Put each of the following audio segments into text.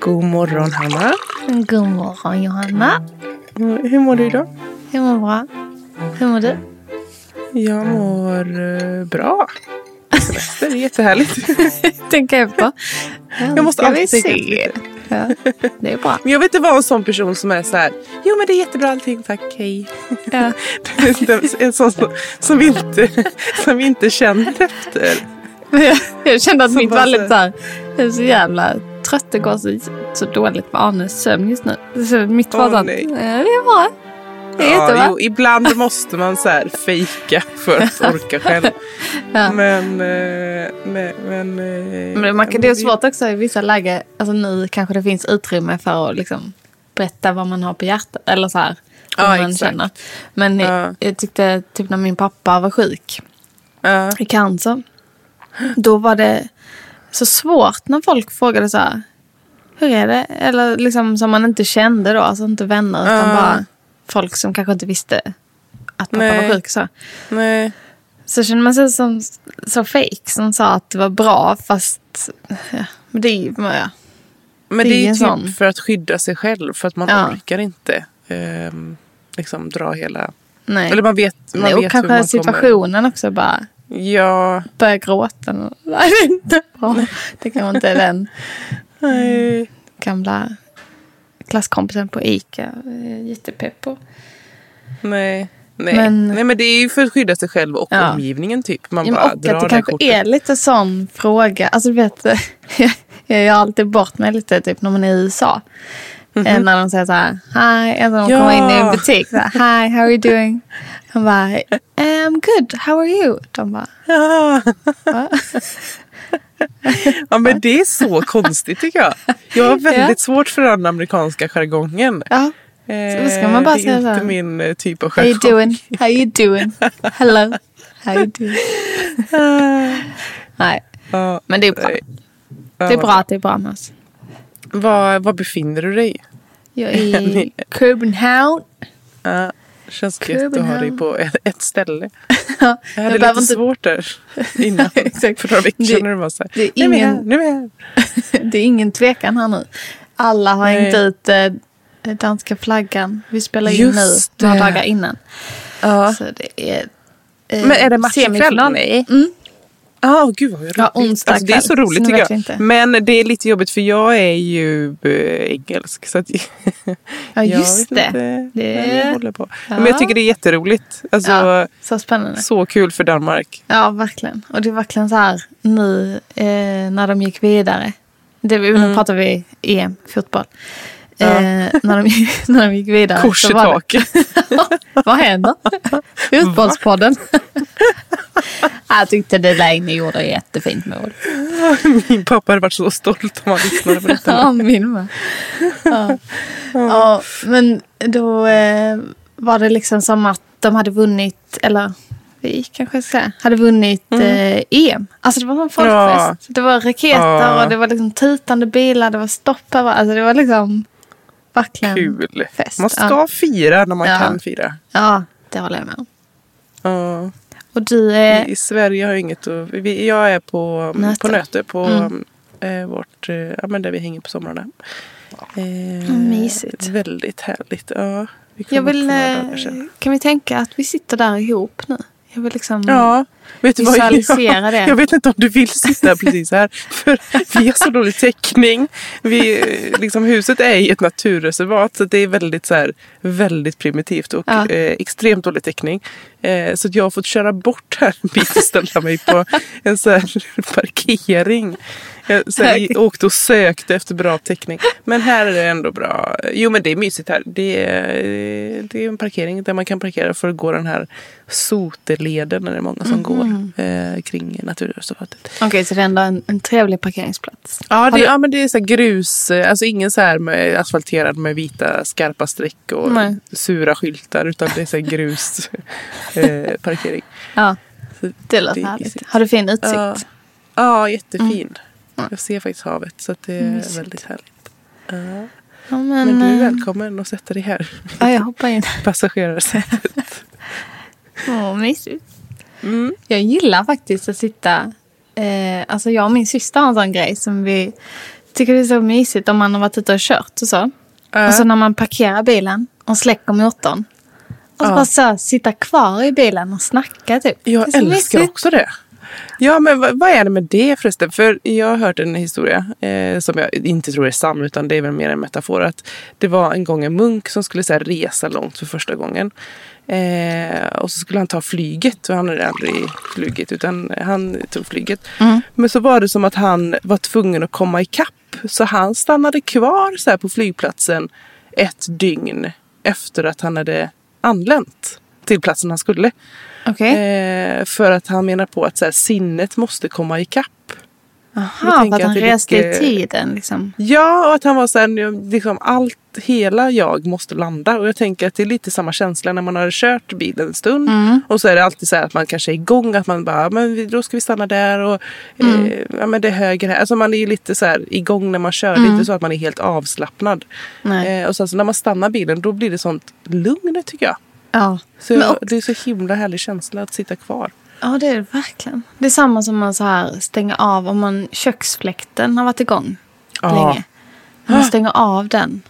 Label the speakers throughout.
Speaker 1: God morgon, Hanna.
Speaker 2: God morgon Johanna.
Speaker 1: Mm, Hur mår du idag?
Speaker 2: Jag mår bra. Hur mår du?
Speaker 1: Jag mår eh, bra. Semester är jättehärligt.
Speaker 2: Tänka efter.
Speaker 1: Jag måste alltid tänka
Speaker 2: se. Ja, det är bra.
Speaker 1: Men jag vill inte vara en sån person som är så här. Jo, men det är jättebra allting. Tack, hej.
Speaker 2: Ja.
Speaker 1: en sån som, som, inte, som inte känner efter.
Speaker 2: Men jag, jag kände att
Speaker 1: Så
Speaker 2: mitt
Speaker 1: bara
Speaker 2: var
Speaker 1: så-
Speaker 2: lite så här. Jag är så jävla trött. Det går så, så dåligt med Arnes sömn just nu. Så mitt var
Speaker 1: Åh,
Speaker 2: såhär.
Speaker 1: nej.
Speaker 2: Ja, det är bra. Det är jättebra.
Speaker 1: jo, ibland måste man så här fejka för att orka själv.
Speaker 2: Ja.
Speaker 1: Men, eh, men, men, eh,
Speaker 2: Men man
Speaker 1: ja,
Speaker 2: kan, det är
Speaker 1: vi-
Speaker 2: svårt också i vissa lägen. Alltså nu kanske det finns utrymme för att liksom berätta vad man har på hjärtat. Eller så här. vad
Speaker 1: Ja,
Speaker 2: man
Speaker 1: exakt.
Speaker 2: känner. Men
Speaker 1: Ja.
Speaker 2: jag tyckte typ när min pappa var sjuk.
Speaker 1: Ja.
Speaker 2: i cancer. Då var det så svårt när folk frågade så här. Hur är det? Eller liksom som man inte kände då. Alltså inte vänner utan
Speaker 1: Ja.
Speaker 2: bara folk som kanske inte visste att pappa
Speaker 1: Nej.
Speaker 2: var sjuk. Så.
Speaker 1: Nej.
Speaker 2: så kände man sig som så fake som sa att det var bra fast ja, men det är ju... men Ja.
Speaker 1: Men
Speaker 2: Det
Speaker 1: det,
Speaker 2: är
Speaker 1: är ju
Speaker 2: ingen
Speaker 1: typ
Speaker 2: sån.
Speaker 1: för att skydda sig själv. För att man
Speaker 2: Ja.
Speaker 1: orkar inte ehm, liksom dra hela...
Speaker 2: Nej.
Speaker 1: Eller man vet, man
Speaker 2: Nej, och
Speaker 1: vet
Speaker 2: kanske
Speaker 1: hur man
Speaker 2: situationen också bara
Speaker 1: kommer. Ja,
Speaker 2: börja gråta. Nej, det är inte bra. Det kanske inte är den
Speaker 1: nej.
Speaker 2: gamla klasskompisen på Ica. eh, Jättepepp på.
Speaker 1: Nej. Nej.
Speaker 2: Men-
Speaker 1: nej men det är ju för att skydda sig själv och
Speaker 2: Ja.
Speaker 1: omgivningen typ. Man
Speaker 2: Ja, men
Speaker 1: bara
Speaker 2: och
Speaker 1: drar
Speaker 2: att det
Speaker 1: här
Speaker 2: kanske
Speaker 1: kortet.
Speaker 2: är lite sån fråga. Alltså du vet, jag gör alltid bort mig lite typ när man är i USA. Eh, När de säger så här, hi, eller de
Speaker 1: Mhm. Ja.
Speaker 2: kommer in i en butik. Så här, hi, how are you doing? De bara, I'm good, how are you? De bara,
Speaker 1: Ja.
Speaker 2: Va?
Speaker 1: ja men det är så konstigt tycker jag. Jag har väldigt
Speaker 2: Ja.
Speaker 1: svårt för den amerikanska jargongen.
Speaker 2: ja,
Speaker 1: Eh,
Speaker 2: Så ska man bara
Speaker 1: det är
Speaker 2: säga så här.
Speaker 1: inte min eh, typ av
Speaker 2: how you
Speaker 1: jargong.
Speaker 2: doing? How you doing? Hello, how you doing? Nej,
Speaker 1: Ja,
Speaker 2: men det är bra.
Speaker 1: nej.
Speaker 2: Det är bra att det är bra med oss.
Speaker 1: Var, var befinner du dig?
Speaker 2: Jag är i Copenhagen.
Speaker 1: Ja, känns gött att ha dig
Speaker 2: Copenhagen.
Speaker 1: på ett, ett ställe.
Speaker 2: Ja,
Speaker 1: Jag hade lite
Speaker 2: behöver inte-
Speaker 1: svårt där innan.
Speaker 2: Exakt.
Speaker 1: För några veckor
Speaker 2: Det-
Speaker 1: sedan när det var så här.
Speaker 2: det är
Speaker 1: "Nej, men
Speaker 2: ingen-
Speaker 1: jag- Nu är jag här.
Speaker 2: Det är ingen tvekan här nu. Alla har
Speaker 1: Nej.
Speaker 2: hängt ut eh, danska flaggan. Vi spelar in
Speaker 1: Just
Speaker 2: nu, några
Speaker 1: det.
Speaker 2: dagar innan.
Speaker 1: Ja.
Speaker 2: Så det är... eh,
Speaker 1: Men är det match ikväll?
Speaker 2: semifinal.
Speaker 1: Nej.
Speaker 2: Mm.
Speaker 1: Ja, Ah, gud vad roligt.
Speaker 2: Ja, onsdag
Speaker 1: alltså, det är så
Speaker 2: kväll, så
Speaker 1: roligt
Speaker 2: nu
Speaker 1: tycker
Speaker 2: vet
Speaker 1: jag.
Speaker 2: vi inte.
Speaker 1: Men det är lite jobbigt för jag är ju eh, engelsk. Så att,
Speaker 2: Ja, just
Speaker 1: jag vet
Speaker 2: det.
Speaker 1: Inte
Speaker 2: Det-
Speaker 1: vad jag håller på.
Speaker 2: Ja.
Speaker 1: Men jag tycker det är jätteroligt. Alltså,
Speaker 2: Ja, så spännande.
Speaker 1: Så kul för Danmark.
Speaker 2: Ja, verkligen. Och det är verkligen så här nu eh, när de gick vidare. Det, vi- Nu pratar vi EM, fotboll.
Speaker 1: Mm. Ja.
Speaker 2: Eh, när, de, gick- när de gick vidare.
Speaker 1: Kors i
Speaker 2: så var det-
Speaker 1: taket.
Speaker 2: Vad händer? Fotbollspodden. jag tyckte Delaney gjorde ett jättefint mål.
Speaker 1: Min pappa hade varit så stolt om han lyssnade på detta.
Speaker 2: Ja, min med. Ja. ja, men då eh, var det liksom som att de hade vunnit, eller vi kanske ska säga, hade vunnit
Speaker 1: Mm.
Speaker 2: eh, EM. Alltså det var en folkfest. Det var raketer
Speaker 1: Ja.
Speaker 2: och det var liksom tutande bilar, det var stopp överallt. Alltså det var liksom verkligen
Speaker 1: Kul.
Speaker 2: fest.
Speaker 1: Man ska
Speaker 2: Ja.
Speaker 1: fira när man
Speaker 2: Ja.
Speaker 1: kan fira.
Speaker 2: ja, det håller jag med om.
Speaker 1: Ja.
Speaker 2: Och du, eh,
Speaker 1: I, I Sverige har jag inget att... Vi, jag är på
Speaker 2: Nöte.
Speaker 1: Nöte. På, nöte, på
Speaker 2: Mm.
Speaker 1: eh, vårt... Eh, ja, men där vi hänger på somrarna. Eh,
Speaker 2: Vad mysigt.
Speaker 1: Väldigt härligt. Ja, vi kom
Speaker 2: jag
Speaker 1: upp för
Speaker 2: vill,
Speaker 1: några
Speaker 2: eh,
Speaker 1: dagar sedan.
Speaker 2: kan vi tänka att vi sitter där ihop nu? Jag vill liksom...
Speaker 1: Ja, vet du vad
Speaker 2: visualisera
Speaker 1: jag,
Speaker 2: det.
Speaker 1: jag vet inte om du vill sitta precis här. För vi har så dålig täckning. Vi, eh, liksom, huset är i ett naturreservat så det är väldigt, så här, väldigt primitivt och
Speaker 2: Ja.
Speaker 1: eh, extremt dålig täckning. Eh, så att jag har fått köra bort här en bit och ställa mig på en så här parkering. Jag så här, gi- åkte och sökte efter bra täckning. Men här är det ändå bra. Jo men det är mysigt här. Det är, eh, det är en parkering där man kan parkera för att gå den här soteleden när det är många som går eh, kring naturreservatet.
Speaker 2: Okej, så det är ändå en, en trevlig parkeringsplats.
Speaker 1: Ja, det,
Speaker 2: du-
Speaker 1: ja men det är så här grus, eh, alltså ingen så här med, asfalterad med vita skarpa streck och
Speaker 2: Nej.
Speaker 1: sura skyltar utan det är så här grus eh, parkering.
Speaker 2: Ja,
Speaker 1: Så
Speaker 2: det låter
Speaker 1: är
Speaker 2: härligt.
Speaker 1: mysigt.
Speaker 2: Har du fin utsikt?
Speaker 1: Ja, ja jättefin. Jag ser faktiskt havet så att det är
Speaker 2: Mm. Mysigt.
Speaker 1: väldigt härligt. Ja.
Speaker 2: Ja,
Speaker 1: Men du är
Speaker 2: eh,
Speaker 1: välkommen att sätta dig här.
Speaker 2: Ja, jag hoppar in.
Speaker 1: Passagerarsätet.
Speaker 2: Åh, mysigt.
Speaker 1: Mm.
Speaker 2: Jag gillar faktiskt att sitta... Eh, alltså jag och min syster har en sån grej som vi tycker det är så mysigt om man har varit ute och kört och så.
Speaker 1: Ja.
Speaker 2: Och så när man parkerar bilen och släcker motorn. Och så
Speaker 1: Ja.
Speaker 2: bara så här, sitta kvar i bilen och snacka typ. Det är
Speaker 1: Jag
Speaker 2: så
Speaker 1: älskar
Speaker 2: mysigt.
Speaker 1: också det. Ja, men vad, vad är det med det förresten? För jag har hört en historia eh, som jag inte tror är sann, utan det är väl mer en metafor. Att det var en gång en munk som skulle så här, resa långt för första gången. Eh, och så skulle han ta flyget, och han hade aldrig flugit, utan han tog flyget. Men så var det som att han var tvungen att komma ikapp, så han stannade kvar så här, på flygplatsen ett dygn efter att han hade anlänt till platsen han skulle.
Speaker 2: Okej.
Speaker 1: Eh, för att han menar på att så här, sinnet måste komma ikapp. då
Speaker 2: Jaha,
Speaker 1: tänker
Speaker 2: för
Speaker 1: jag
Speaker 2: att han
Speaker 1: att det
Speaker 2: reste i
Speaker 1: ligger-
Speaker 2: tiden liksom.
Speaker 1: Ja, och att han var så här, nu, liksom allt, hela jag måste landa. Och jag tänker att det är lite samma känsla när man har kört bilen en stund. Och så är det alltid så här att man kanske är igång, att man bara, men vi- då ska vi stanna där och eh, ja, men det är höger här. Alltså man är ju lite så här igång när man kör, det är inte så att man är helt avslappnad.
Speaker 2: Nej.
Speaker 1: Eh, och sen så när man stannar bilen, då blir det sånt lugn tycker jag.
Speaker 2: Ja.
Speaker 1: Så
Speaker 2: Men
Speaker 1: jag,
Speaker 2: och-
Speaker 1: det är så himla härlig känsla att sitta kvar.
Speaker 2: Ja, det är det verkligen. Det är samma som man så här stänger av om man köksfläkten har varit igång
Speaker 1: Ja.
Speaker 2: länge. När man stänger av den.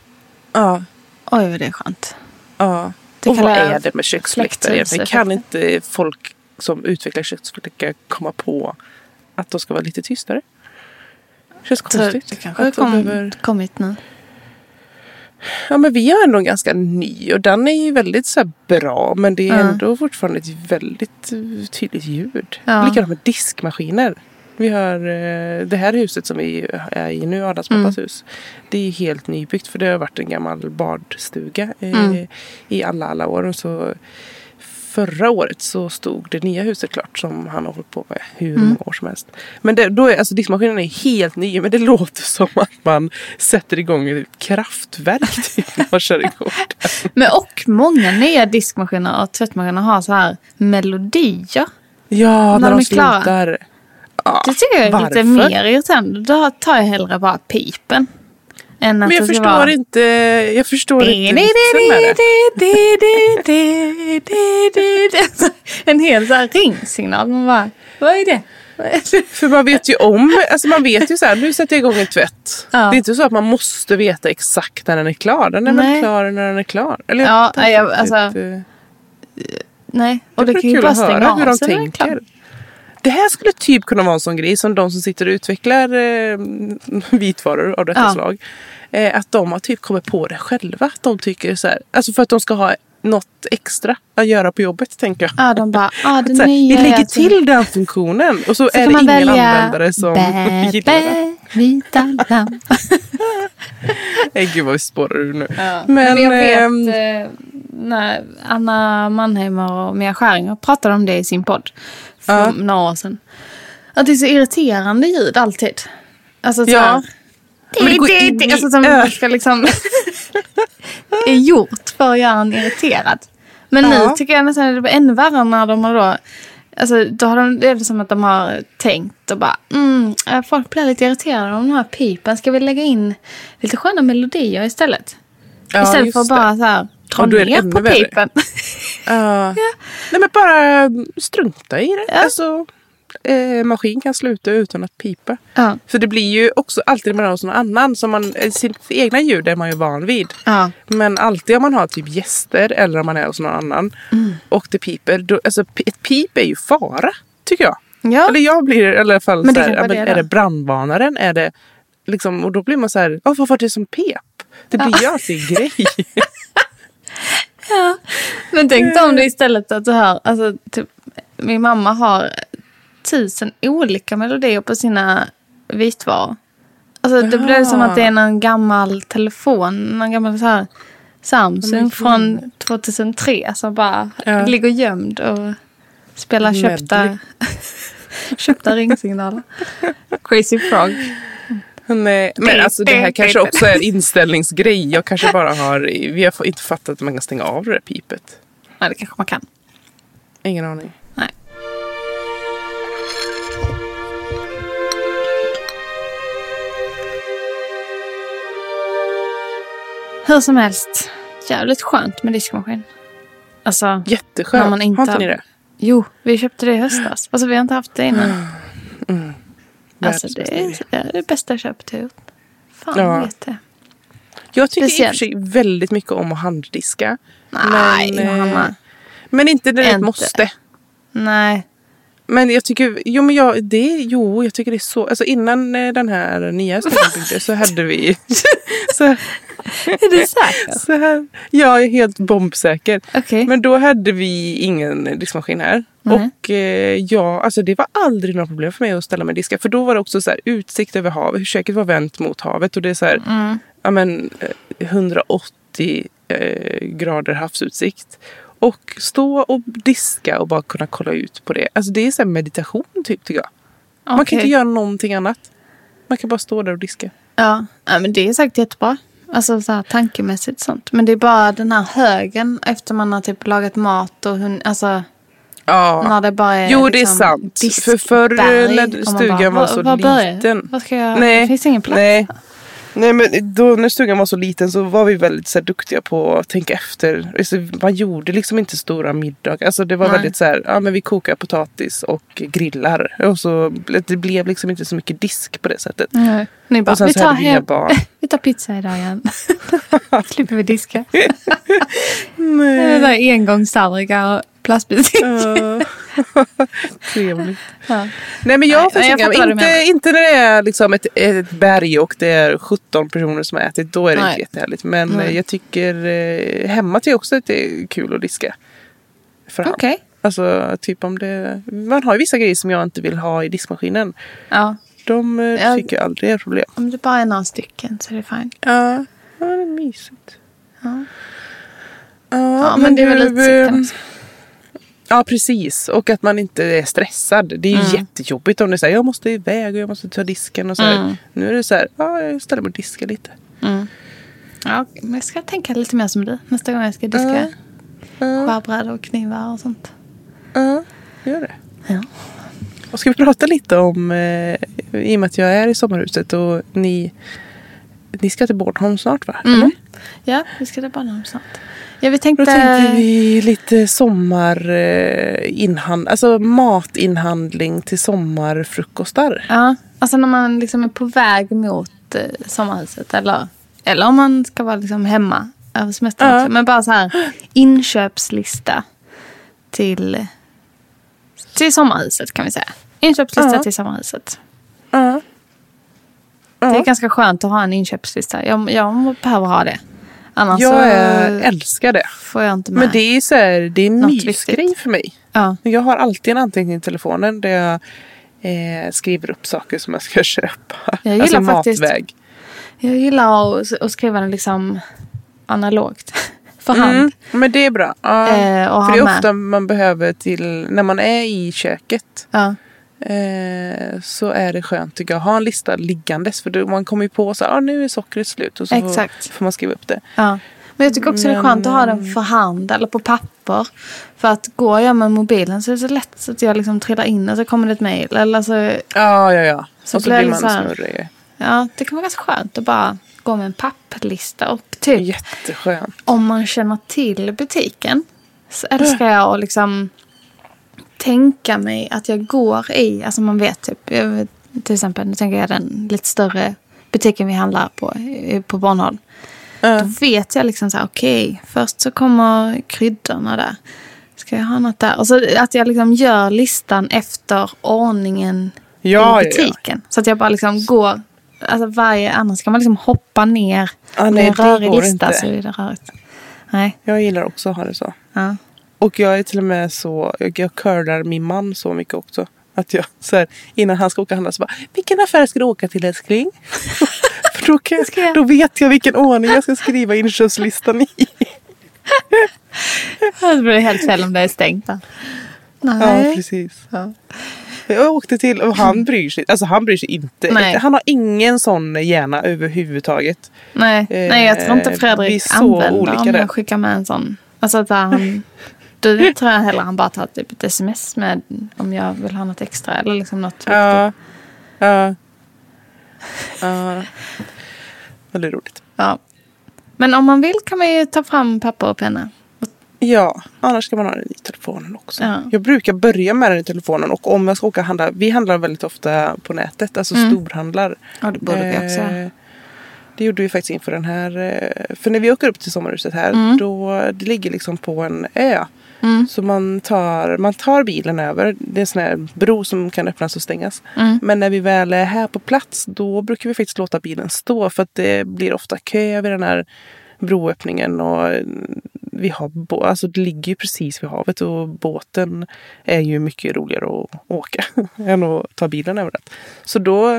Speaker 1: Ja,
Speaker 2: Oj, vad det är skönt.
Speaker 1: Ja.
Speaker 2: Det
Speaker 1: och vad
Speaker 2: kallar jag
Speaker 1: är det med köksfläktar egentligen?
Speaker 2: fläkthuseffekten.
Speaker 1: Kan inte folk som utvecklar köksfläktar komma på att de ska vara lite tystare? Känns
Speaker 2: Så
Speaker 1: konstigt.
Speaker 2: det kanske har
Speaker 1: Att de
Speaker 2: kom,
Speaker 1: behöver-
Speaker 2: kommit nu.
Speaker 1: Ja, men vi har ändå en ganska ny och den är ju väldigt så här bra men det är
Speaker 2: Ja.
Speaker 1: ändå fortfarande ett väldigt eh, tydligt ljud.
Speaker 2: Ja.
Speaker 1: Likadant med diskmaskiner. Vi har eh, det här huset som vi är i nu, Adams
Speaker 2: Mm.
Speaker 1: pappas hus. Det är helt nybyggt för det har varit en gammal badstuga eh,
Speaker 2: Mm.
Speaker 1: i alla, alla år. Och så förra året så stod det nya huset klart som han har hållit på med hur
Speaker 2: Mm.
Speaker 1: många år som helst. Men det, då är, alltså, diskmaskinen är helt ny men det låter som att man sätter igång ett kraftverk typ, när man kör igång den.
Speaker 2: Men och många nya diskmaskiner och tvättmaskiner har så här melodier.
Speaker 1: Ja,
Speaker 2: När
Speaker 1: när,
Speaker 2: de är
Speaker 1: de
Speaker 2: klara.
Speaker 1: slutar. Ja,
Speaker 2: Det tycker jag är lite
Speaker 1: varför?
Speaker 2: mer irriterande. Då tar jag hellre bara pipen. Än att
Speaker 1: Men jag
Speaker 2: det ska
Speaker 1: förstår
Speaker 2: vara...
Speaker 1: inte, jag förstår inte vitsen med det.
Speaker 2: En hel så här ringsignal. Man bara, vad är det?
Speaker 1: För man vet ju om, alltså man vet ju så här, nu sätter jag igång en tvätt.
Speaker 2: Ja.
Speaker 1: Det är inte så att man måste veta exakt när den är klar. Den är
Speaker 2: Nej.
Speaker 1: väl klar när den är klar. Eller
Speaker 2: Ja,
Speaker 1: vet
Speaker 2: jag-
Speaker 1: inte
Speaker 2: alltså,
Speaker 1: riktigt, eh.
Speaker 2: Nej, och det
Speaker 1: vore
Speaker 2: kan ju
Speaker 1: kul
Speaker 2: bara
Speaker 1: att höra
Speaker 2: stänga av
Speaker 1: hur de
Speaker 2: så är det klart.
Speaker 1: tänker. Det här skulle typ kunna vara en sån grej som de som sitter och utvecklar eh, vitvaror av detta
Speaker 2: Ja.
Speaker 1: slag. Eh, att de har typ kommit på det själva. Att de tycker så här, alltså för att de ska ha något extra att göra på jobbet tänker jag.
Speaker 2: Ja, de bara, ah, det
Speaker 1: Så här,
Speaker 2: nya
Speaker 1: vi
Speaker 2: är
Speaker 1: lägger
Speaker 2: att vi-
Speaker 1: till den funktionen och så,
Speaker 2: Så
Speaker 1: är
Speaker 2: kan
Speaker 1: det
Speaker 2: man
Speaker 1: ingen
Speaker 2: välja
Speaker 1: användare som
Speaker 2: bä,
Speaker 1: gillar den.
Speaker 2: bä, vita lamm.
Speaker 1: Nej, gud vad vi spårar ur nu.
Speaker 2: Ja,
Speaker 1: Men,
Speaker 2: Men, jag
Speaker 1: ehm,
Speaker 2: vet eh, när Anna Mannheimer och Mia Skäringer pratade om det i sin podd för
Speaker 1: Ja.
Speaker 2: några år sedan. Att det är så irriterande ljud alltid. Alltså så
Speaker 1: Ja.
Speaker 2: här,
Speaker 1: Men det går in i
Speaker 2: alltså, som man
Speaker 1: örat.
Speaker 2: ska liksom är gjort för att göra en irriterad. Men
Speaker 1: Ja.
Speaker 2: nu tycker jag nästan att det blir ännu värre när de har då Alltså, då har de, det är som att de har tänkt och bara, mm, eh, folk blir lite irriterade av den här pipen. Ska vi lägga in lite sköna melodier istället?
Speaker 1: Ja,
Speaker 2: Istället
Speaker 1: just
Speaker 2: för att
Speaker 1: det.
Speaker 2: bara så här, dra
Speaker 1: Och då är det
Speaker 2: ner
Speaker 1: ännu
Speaker 2: på
Speaker 1: värre.
Speaker 2: pipen.
Speaker 1: Ja. Nej men bara ehm, strunta i det. Alltså, eh, maskin kan sluta utan att pipa.
Speaker 2: ja.
Speaker 1: För det blir ju också alltid när man har någon annan, som man, eh, sitt egna ljud är man ju van vid.
Speaker 2: Ja.
Speaker 1: Men alltid om man har typ gäster eller om man är hos någon annan
Speaker 2: Mm.
Speaker 1: och det piper, då, alltså p- ett pip är ju fara tycker jag.
Speaker 2: Ja.
Speaker 1: Eller jag blir i alla fall
Speaker 2: Men det
Speaker 1: så här,
Speaker 2: kanske
Speaker 1: ja, men
Speaker 2: det är
Speaker 1: är
Speaker 2: det.
Speaker 1: det brandvarnaren? Är det liksom, och då blir man så här, "Åh, vad var det som pep? Det blir ju alltid en grej.
Speaker 2: Men tänk då om
Speaker 1: Mm.
Speaker 2: det istället att du hör, alltså typ, min mamma har tusen olika melodier på sina vitt var. Alltså det blev som att det är någon gammal telefon, någon gammal så här Samsung från 2003 som bara
Speaker 1: Ja.
Speaker 2: ligger gömd och spelar
Speaker 1: Medley.
Speaker 2: köpta, köpta ringsignaler. Crazy Frog.
Speaker 1: Nej, men alltså det här kanske också är en inställningsgrej. Jag kanske bara har, vi har inte fattat att man kan stänga av det där pipet.
Speaker 2: Nej, det kanske man kan.
Speaker 1: Ingen aning.
Speaker 2: Nej. Hur som helst, jävligt skönt med diskmaskin. Alltså,
Speaker 1: Jätteskönt.
Speaker 2: När man inte
Speaker 1: har inte
Speaker 2: har-
Speaker 1: ni det?
Speaker 2: jo, vi köpte det i höstas. Alltså, vi har inte haft det
Speaker 1: Mm.
Speaker 2: innan. Alltså,
Speaker 1: Världens
Speaker 2: det
Speaker 1: bästa idé.
Speaker 2: är det, är det bästa köpet jag gjort. Fan,
Speaker 1: Ja.
Speaker 2: vet det.
Speaker 1: Jag tycker i och för
Speaker 2: speciellt.
Speaker 1: sig väldigt mycket om att handdiska.
Speaker 2: Nej,
Speaker 1: Men, eh,
Speaker 2: Johanna.
Speaker 1: Men inte när det är ett
Speaker 2: Inte.
Speaker 1: måste.
Speaker 2: Nej.
Speaker 1: Men jag tycker, jo men jag, det, jo jag tycker det är så, alltså innan eh, den här nya stugan byggdes så hade vi, så,
Speaker 2: Är du säker?
Speaker 1: så här, ja jag är helt bombsäker.
Speaker 2: Okej.
Speaker 1: Men då hade vi ingen diskmaskin här.
Speaker 2: Nej.
Speaker 1: Och eh, ja, alltså det var aldrig några problem för mig att ställa mig och diska. För då var det också så här, utsikt över havet, köket var vänt mot havet och det är så här,
Speaker 2: Mm.
Speaker 1: ja men eh, 180 eh, grader havsutsikt. Och stå och diska och bara kunna kolla ut på det. Alltså det är så här meditation typ tycker jag. Man kan
Speaker 2: Okej.
Speaker 1: inte göra någonting annat. Man kan bara stå där och diska.
Speaker 2: Ja, ja men det är säkert jättebra. Alltså så här, tankemässigt sånt. Men det är bara den här högen efter man har typ lagat mat och hon, alltså när det bara är
Speaker 1: Jo, det är sant. För förr
Speaker 2: Eh, liksom
Speaker 1: eh,
Speaker 2: diskberg,
Speaker 1: när
Speaker 2: och man
Speaker 1: stugan var
Speaker 2: "Vad-
Speaker 1: så
Speaker 2: vad börjar jag?
Speaker 1: liten."
Speaker 2: Vad ska jag, det finns ingen plats.
Speaker 1: Nej. Nej men då när stugan var så liten så var vi väldigt så här, duktiga på att tänka efter. Alltså, man gjorde liksom inte stora middagar. Alltså det var
Speaker 2: Nej.
Speaker 1: väldigt så här, ja men vi kokar potatis och grillar. Och så det blev liksom inte så mycket disk på det sättet.
Speaker 2: Nej. Ni bara,
Speaker 1: Och sen
Speaker 2: vi
Speaker 1: så
Speaker 2: tar,
Speaker 1: hade vi inga
Speaker 2: hem,
Speaker 1: barn.
Speaker 2: vi tar pizza idag igen. Slipper vi diska. Det
Speaker 1: Nej.
Speaker 2: är så här engångstallrikar och plastbitar.
Speaker 1: Trevligt.
Speaker 2: Ja.
Speaker 1: Nej men jag har
Speaker 2: Nej,
Speaker 1: fått
Speaker 2: jag
Speaker 1: inga-
Speaker 2: fattar vad du
Speaker 1: inte,
Speaker 2: menar.
Speaker 1: inte när det är liksom ett, ett berg och det är 17 personer som har ätit. Då är det
Speaker 2: Nej.
Speaker 1: inte jättehärligt. Men
Speaker 2: Nej.
Speaker 1: eh, jag tycker eh, hemma tycker jag också att det är kul att diska. För hand.
Speaker 2: Okej.
Speaker 1: Alltså typ om det... Man har ju vissa grejer som jag inte vill ha i diskmaskinen.
Speaker 2: Ja.
Speaker 1: De eh,
Speaker 2: Ja.
Speaker 1: tycker jag aldrig är problem.
Speaker 2: Om det bara är några stycken så är det fint.
Speaker 1: Ja, ja det är mysigt.
Speaker 2: Ja.
Speaker 1: Ja,
Speaker 2: Ja, men det är väl
Speaker 1: du,
Speaker 2: lite sikten
Speaker 1: eh,
Speaker 2: också.
Speaker 1: Ja, precis. Och att man inte är stressad. Det är ju
Speaker 2: Mm.
Speaker 1: jättejobbigt om det är så här, jag måste iväg och jag måste ta disken och så här.
Speaker 2: Mm.
Speaker 1: Nu är det så här, ja, jag ställer mig och diskar lite.
Speaker 2: Ja, okej. men jag ska tänka lite mer som du nästa gång jag ska diska.
Speaker 1: Ja. Ja,
Speaker 2: Skärbrädor och knivar och sånt.
Speaker 1: ja, gör det.
Speaker 2: Ja.
Speaker 1: Och ska vi prata lite om, eh, i och med att jag är i sommarhuset och ni, ni ska till Bornholm snart va?
Speaker 2: Mm.
Speaker 1: Eller?
Speaker 2: Ja, vi ska till Bornholm snart. Ja, vi
Speaker 1: Då
Speaker 2: tänkte...
Speaker 1: tänker vi lite sommar, eh, inhand, alltså matinhandling till sommarfrukostar.
Speaker 2: Ja, alltså när man liksom är på väg mot eh, sommarhuset. Eller, eller om man ska vara liksom hemma över semestern
Speaker 1: Ja.
Speaker 2: också. Men bara så här inköpslista till, till sommarhuset kan vi säga. Inköpslista
Speaker 1: Ja.
Speaker 2: till sommarhuset.
Speaker 1: Ja.
Speaker 2: Det
Speaker 1: Ja.
Speaker 2: är ganska skönt att ha en inköpslista. Jag, jag behöver ha det. Annars så
Speaker 1: Jag eh, älskar det.
Speaker 2: får jag inte med.
Speaker 1: Men det är så här, det är en
Speaker 2: Något
Speaker 1: mysgrej
Speaker 2: viktigt.
Speaker 1: för mig.
Speaker 2: ja.
Speaker 1: Jag har alltid en anteckning i telefonen där jag eh, skriver upp saker som jag ska köpa.
Speaker 2: Jag
Speaker 1: alltså
Speaker 2: gillar faktiskt-
Speaker 1: matväg.
Speaker 2: Jag gillar att, att skriva den liksom analogt. För hand.
Speaker 1: Mm, men det är bra. Ja.
Speaker 2: Eh, och
Speaker 1: För
Speaker 2: ha
Speaker 1: det är
Speaker 2: med.
Speaker 1: ofta man behöver till, när man är i köket.
Speaker 2: Ja.
Speaker 1: Eh, så är det skönt tycker jag. Ha en lista liggandes. För då, man kommer ju på så här, ah, nu är sockret slut. Och så
Speaker 2: Exakt.
Speaker 1: Får, får man skriva upp det.
Speaker 2: Ja. Men jag tycker också det är skönt att ha den för hand eller på papper. För att går jag med mobilen så är det så lätt så att jag liksom trillar in och så kommer det ett mejl. Eller alltså, så,
Speaker 1: Ja, ja, ja.
Speaker 2: Så
Speaker 1: och så
Speaker 2: blir
Speaker 1: blir
Speaker 2: det
Speaker 1: man
Speaker 2: så här- typ.
Speaker 1: snurrig.
Speaker 2: ja, det kan vara ganska skönt att bara gå med en papplista. Och typ
Speaker 1: Jätteskönt.
Speaker 2: om man känner till butiken så älskar jag att liksom tänka mig att jag går i, alltså man vet typ, jag vet, till exempel nu tänker jag den lite större butiken vi handlar på, eh, på Bornholm. Då vet jag liksom så här, okej, först så kommer kryddorna där. Ska jag ha något där? Och så att jag liksom gör listan efter ordningen
Speaker 1: Ja,
Speaker 2: i
Speaker 1: ja, ja.
Speaker 2: butiken. Så att jag bara liksom går, alltså varje, annars kan man liksom hoppa ner.
Speaker 1: Ja,
Speaker 2: Om
Speaker 1: nej,
Speaker 2: det är en
Speaker 1: det
Speaker 2: rörig
Speaker 1: går
Speaker 2: lista
Speaker 1: inte.
Speaker 2: så är det rörigt. Nej,
Speaker 1: Jag gillar också att ha det så.
Speaker 2: ja.
Speaker 1: Och jag är till och med så, jag, jag curlar min man så mycket också. Att jag, så här, innan han ska åka och handla så bara, vilken affär ska du åka till älskling? För då, kan,
Speaker 2: Ska jag-
Speaker 1: då vet jag vilken ordning jag ska skriva inköpslistan i.
Speaker 2: Det blir helt fel om det är stängt. då.
Speaker 1: Ja,
Speaker 2: Nej.
Speaker 1: precis.
Speaker 2: Ja.
Speaker 1: Jag åkte till och han bryr sig, alltså han bryr sig inte.
Speaker 2: Nej.
Speaker 1: Han har ingen sån hjärna överhuvudtaget.
Speaker 2: Nej.
Speaker 1: Eh,
Speaker 2: Nej, jag tror inte
Speaker 1: vi är
Speaker 2: Fredrik
Speaker 1: så
Speaker 2: använder
Speaker 1: olika
Speaker 2: om
Speaker 1: där.
Speaker 2: jag skickar med en sån. Alltså att han, då tror jag hellre han bara tar typ ett sms med om jag vill ha något extra eller liksom något.
Speaker 1: Ja. Ja. Ja. Väldigt roligt.
Speaker 2: Ja. Men om man vill kan man ju ta fram papper och penna.
Speaker 1: Ja, annars ska man ha den i telefonen också.
Speaker 2: Ja.
Speaker 1: Jag brukar börja med den i telefonen och om jag ska åka och handla, vi handlar väldigt ofta på nätet, alltså storhandlar.
Speaker 2: Ja, Mm. det borde vi också göra.
Speaker 1: Eh, Det gjorde vi faktiskt inför den här, eh, för när vi åker upp till sommarhuset här,
Speaker 2: Mm.
Speaker 1: då det ligger liksom på en ö. Så man tar, man tar bilen över, det är en sån här bro som kan öppnas och stängas.
Speaker 2: Mm.
Speaker 1: Men när vi väl är här på plats då brukar vi faktiskt låta bilen stå för att det blir ofta kö vid den här broöppningen. Och eh, vi har, bå- alltså det ligger ju precis vid havet och båten är ju mycket roligare att åka än att ta bilen överallt. Så då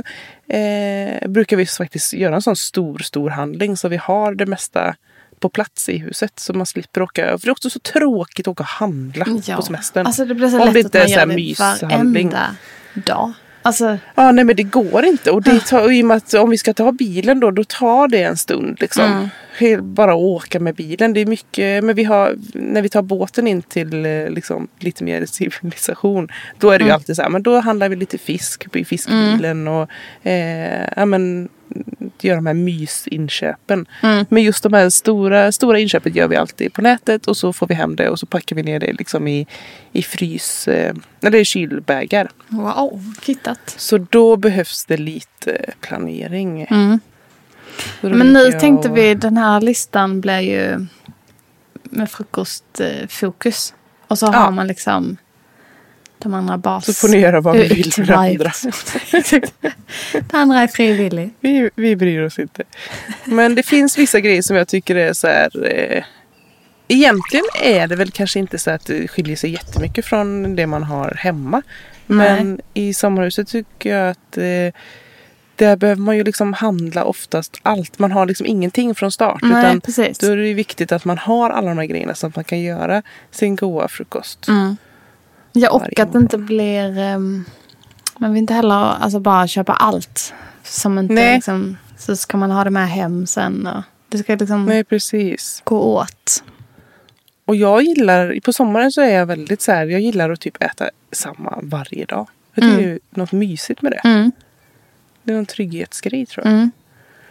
Speaker 1: eh, brukar vi faktiskt göra en sån stor, stor handling så vi har det mesta på plats i huset så man slipper åka över. För det är också så tråkigt att åka och handla på semestern.
Speaker 2: Alltså det blir så
Speaker 1: Om det
Speaker 2: lätt att
Speaker 1: inte
Speaker 2: man
Speaker 1: är så
Speaker 2: gör
Speaker 1: här
Speaker 2: det
Speaker 1: myshandling.
Speaker 2: varenda dag. Alltså,
Speaker 1: Ja, nej men det går inte. Och, det tar, och i och med att om vi ska ta bilen då, då tar det en stund liksom. Helt- Bara att åka med bilen. Det är mycket, men vi har, när vi tar båten in till eh, liksom, lite mer civilisation, då är det ju alltid så här, men då handlar vi lite fisk i fiskbilen och eh, ja, men, göra de här mysinköpen. Men just de här stora, stora inköpet gör vi alltid på nätet och så får vi hem det och så packar vi ner det liksom i, i frys, eh, eller i kylbägar.
Speaker 2: wow, kittat.
Speaker 1: Så då behövs det lite planering. Så då
Speaker 2: Mm. Men nu
Speaker 1: gick jag
Speaker 2: tänkte
Speaker 1: och-
Speaker 2: vi, den här listan blir ju med frukostfokus. Och så
Speaker 1: Ja.
Speaker 2: har man liksom de andra bas...
Speaker 1: Så får ni göra vad
Speaker 2: Hur
Speaker 1: vi vill med det
Speaker 2: utvarvt.
Speaker 1: andra.
Speaker 2: Exakt. det andra är frivilligt.
Speaker 1: Vi, vi bryr oss inte. Men det finns vissa grejer som jag tycker är så här... Eh, egentligen är det väl kanske inte så att det skiljer sig jättemycket från det man har hemma. Men i sommarhuset tycker jag att eh, där behöver man ju liksom handla oftast allt. Man har liksom ingenting från start.
Speaker 2: Nej,
Speaker 1: utan
Speaker 2: precis.
Speaker 1: då är det ju viktigt att man har alla de här grejerna så att man kan göra sin goda frukost.
Speaker 2: Ja, och
Speaker 1: varje
Speaker 2: att det inte blir... ehm, man vill inte heller alltså, bara köpa allt. Som inte
Speaker 1: Nej.
Speaker 2: liksom... Så ska man ha det med hem sen. Och det ska liksom
Speaker 1: Nej, precis.
Speaker 2: gå åt.
Speaker 1: Och jag gillar, på sommaren så är jag väldigt så här, jag gillar att typ äta samma varje dag. Jag tycker det är något mysigt med det.
Speaker 2: Mm.
Speaker 1: Det är en trygghetsgrej tror jag.
Speaker 2: Mm.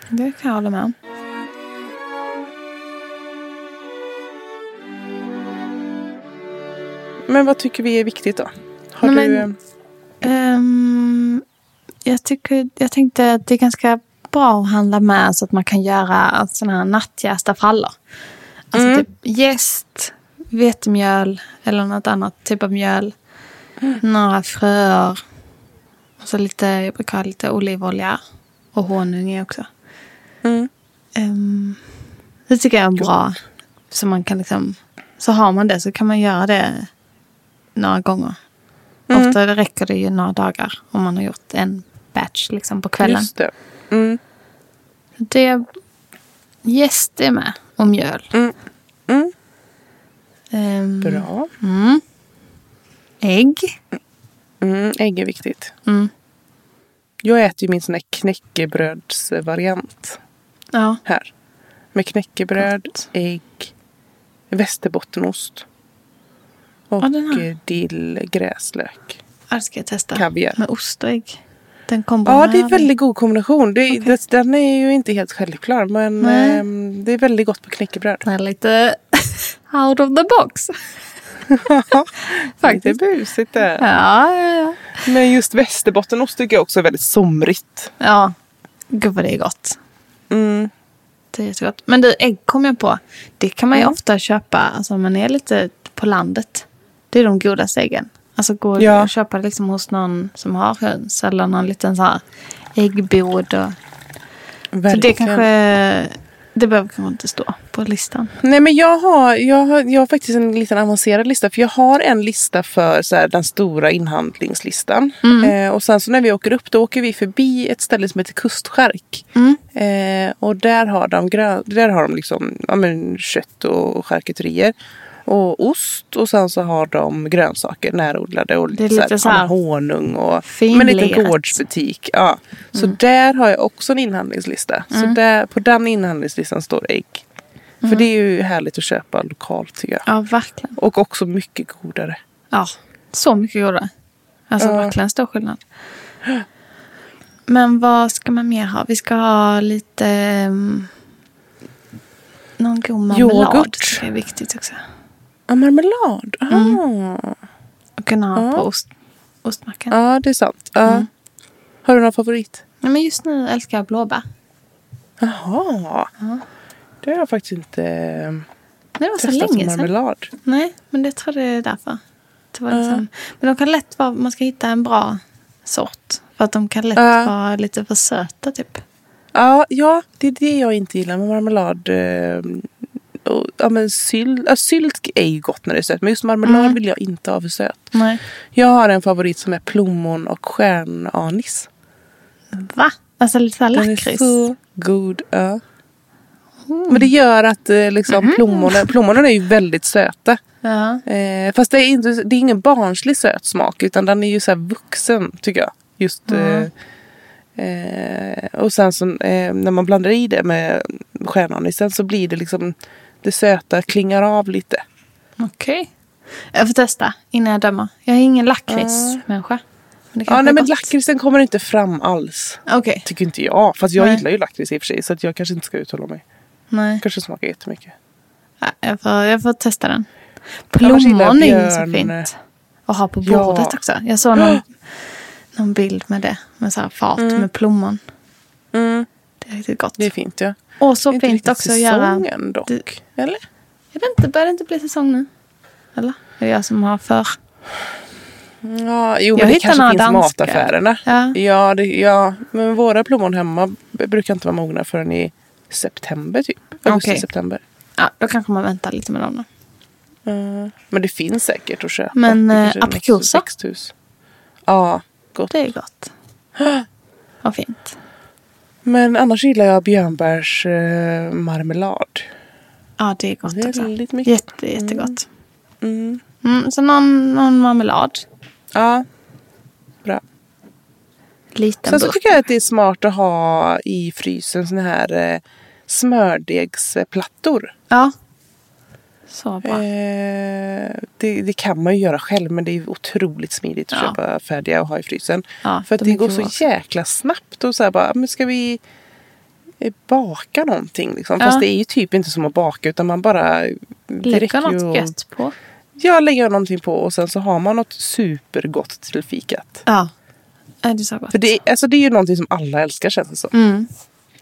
Speaker 2: Det kan jag hålla med om.
Speaker 1: Men vad tycker vi är viktigt då? Har
Speaker 2: Nej,
Speaker 1: du, eh,
Speaker 2: men- Ehm, jag, tycker, jag tänkte att det är ganska bra att handla med så att man kan göra sådana här nattjästa för alla. Alltså typ jäst, vetemjöl eller något annat typ av mjöl. Några fröer. Och så lite, jag brukar ha lite olivolja och honung i också.
Speaker 1: Mm.
Speaker 2: Ehm, det tycker jag är bra. Så man kan liksom, så har man det så kan man göra det några gånger.
Speaker 1: Mm.
Speaker 2: Ofta räcker det ju några dagar om man har gjort en batch liksom på kvällen.
Speaker 1: just det. Mm.
Speaker 2: Det jäst är med och mjöl.
Speaker 1: Mm. Mm.
Speaker 2: Ehm,
Speaker 1: Bra.
Speaker 2: Mm. Ägg.
Speaker 1: Mm, ägg är viktigt.
Speaker 2: Mm.
Speaker 1: Jag äter ju min sån här knäckebrödsvariant
Speaker 2: Ja.
Speaker 1: här. Med knäckebröd, ägg, västerbottenost och
Speaker 2: Ja, den här.
Speaker 1: eh, dill, gräslök.
Speaker 2: ja, det ska jag testa.
Speaker 1: Kaviar.
Speaker 2: Med ost och ägg. Den kombon
Speaker 1: Ja,
Speaker 2: har
Speaker 1: det är
Speaker 2: jag aldrig-
Speaker 1: väldigt god kombination. Det, är- det, den är ju inte helt självklar, men
Speaker 2: Nej.
Speaker 1: ehm, det är väldigt gott på knäckebröd.
Speaker 2: Den är lite out of the box. Faktiskt.
Speaker 1: Lite busigt där.
Speaker 2: Ja, ja, ja.
Speaker 1: Men just västerbottenost tycker jag också är väldigt somrigt.
Speaker 2: Ja, gud vad det är gott.
Speaker 1: Mm.
Speaker 2: Det är jättegott. Men du, ägg kom jag på. Det kan man ju
Speaker 1: Mm.
Speaker 2: ofta köpa alltså, om man är lite på landet. Det är de godaste äggen. Alltså gå
Speaker 1: Ja.
Speaker 2: och köpa det liksom hos någon som har höns eller någon liten så här äggbod. Och... Så det
Speaker 1: verkligen.
Speaker 2: kanske Det behöver kanske inte stå på listan.
Speaker 1: Nej, men jag har, jag, har, jag har faktiskt en liten avancerad lista. För jag har en lista för så här, den stora inhandlingslistan.
Speaker 2: Mm.
Speaker 1: Eh, och sen så när vi åker upp då åker vi förbi ett ställe som heter Kustskärk.
Speaker 2: Mm.
Speaker 1: Eh, och där har de, grön, där har de liksom, ja, men kött och charkuterier. Och ost och sen så har de grönsaker, närodlade och
Speaker 2: Det är lite så här
Speaker 1: ja, men honung och men en liten
Speaker 2: finlirat.
Speaker 1: gårdsbutik. Ja. Så
Speaker 2: Mm.
Speaker 1: där har jag också en inhandlingslista. Så där, på den inhandlingslistan står ägg. För det är ju härligt att köpa lokalt tycker jag.
Speaker 2: Ja, verkligen.
Speaker 1: Och också mycket godare.
Speaker 2: Ja, så mycket godare. Alltså
Speaker 1: Ja.
Speaker 2: verkligen stor skillnad. Men vad ska man mer ha? Vi ska ha lite... ehm, någon god marmelad.
Speaker 1: Yoghurt.
Speaker 2: tycker jag är viktigt också.
Speaker 1: Ja, marmelad. Ah.
Speaker 2: Att kunna ha
Speaker 1: Ja.
Speaker 2: på ost, ostmackan.
Speaker 1: Ja, det är sant. Ja. Har du någon favorit?
Speaker 2: Nej, men just nu älskar jag blåbär.
Speaker 1: Jaha. Det har jag faktiskt inte eh,
Speaker 2: Nej, det var så
Speaker 1: testat som
Speaker 2: länge sedan.
Speaker 1: marmelad.
Speaker 2: Nej, men det tror jag det är därför. Det var liksom, Men de kan lätt vara, man ska hitta en bra sort. För att de kan lätt
Speaker 1: Ja.
Speaker 2: vara lite för söta typ.
Speaker 1: Ja, ja, det är det jag inte gillar med marmelad. eh, och- Ja, men sylt, ja, sylt är ju gott när det är sött, men just marmelad vill jag inte ha för söt.
Speaker 2: Nej.
Speaker 1: Jag har en favorit som är plommon och stjärnanis.
Speaker 2: Va? Alltså lite såhär
Speaker 1: Den
Speaker 2: lakrits.
Speaker 1: är så god. Ja. Men det gör att eh, liksom,
Speaker 2: Mhm.
Speaker 1: plommonen, plommonen är ju väldigt söta.
Speaker 2: Ja.
Speaker 1: Eh, fast det är, inte, det är ingen barnslig söt smak utan den är ju så här vuxen tycker jag. Just, eh, eh, och sen så, eh, när man blandar i det med stjärnanisen så blir det liksom det söta klingar av lite.
Speaker 2: Okej. Jag får testa innan jag dömer. Jag är ingen lakritsmänniska. Men
Speaker 1: Ja,
Speaker 2: det kanske
Speaker 1: nej, men
Speaker 2: är gott.
Speaker 1: lakritsen kommer inte fram alls.
Speaker 2: Okej.
Speaker 1: Tycker inte jag. Fast jag
Speaker 2: Nej.
Speaker 1: gillar ju lakrits i och för sig så att jag kanske inte ska uttala mig.
Speaker 2: Nej.
Speaker 1: Kanske smakar jättemycket.
Speaker 2: Ja, Jag får, jag får testa den.
Speaker 1: Annars gillar jag
Speaker 2: Plommon är ju så
Speaker 1: björn.
Speaker 2: fint. Att ha på
Speaker 1: Ja.
Speaker 2: bordet också. Jag såg någon, någon bild med det. Med så här fat med plommon. Det är riktigt gott.
Speaker 1: Mm. Det är fint ja.
Speaker 2: Och så
Speaker 1: inte
Speaker 2: fint
Speaker 1: riktigt
Speaker 2: också att göra.
Speaker 1: säsongen dock.
Speaker 2: Det-
Speaker 1: Eller?
Speaker 2: Är det inte, börjar det inte bli säsong nu? Eller? Är det jag som har för...
Speaker 1: Ja, jo,
Speaker 2: Jag
Speaker 1: men det
Speaker 2: hittar
Speaker 1: kanske
Speaker 2: några
Speaker 1: finns
Speaker 2: danska.
Speaker 1: mataffärerna.
Speaker 2: Ja.
Speaker 1: Ja, det, ja, men våra plommon hemma b- brukar inte vara mogna förrän i september typ. Augusti,
Speaker 2: Okej.
Speaker 1: september.
Speaker 2: Ja, då kanske man väntar lite med dem då.
Speaker 1: Mm. Men det finns säkert att köpa.
Speaker 2: Men,
Speaker 1: Det
Speaker 2: eh,
Speaker 1: kanske är något
Speaker 2: aprikosa?
Speaker 1: växthus. Ja, gott.
Speaker 2: Det är gott. Vad fint.
Speaker 1: Men annars gillar jag björnbärsmarmelad. Eh, marmelad.
Speaker 2: Ja, det är gott också.
Speaker 1: Väldigt mycket.
Speaker 2: Jätte, jättegott. Mm, så någon, någon marmelad.
Speaker 1: Ja, bra.
Speaker 2: Liten
Speaker 1: Sen så
Speaker 2: burk.
Speaker 1: tycker jag att det är smart att ha i frysen såna här eh, smördegsplattor.
Speaker 2: Ja. Så bra.
Speaker 1: Eh, det, det kan man ju göra själv men det är ju otroligt smidigt att
Speaker 2: Ja.
Speaker 1: köpa färdiga och ha i frysen.
Speaker 2: Ja,
Speaker 1: för att
Speaker 2: de
Speaker 1: det
Speaker 2: är
Speaker 1: går
Speaker 2: goda
Speaker 1: så
Speaker 2: också.
Speaker 1: jäkla snabbt och så här bara, men ska vi eh, baka någonting liksom?
Speaker 2: Ja.
Speaker 1: Fast det är ju typ inte som att baka utan man bara... eh, det räcker
Speaker 2: Lägga
Speaker 1: ju
Speaker 2: något
Speaker 1: att-
Speaker 2: gött på.
Speaker 1: Ja, lägga någonting på och sen så har man något supergott till fikat.
Speaker 2: Ja. Ja, Äh, Det är så gott.
Speaker 1: För det, är- alltså, det är ju någonting som alla älskar känns det som.
Speaker 2: Mm.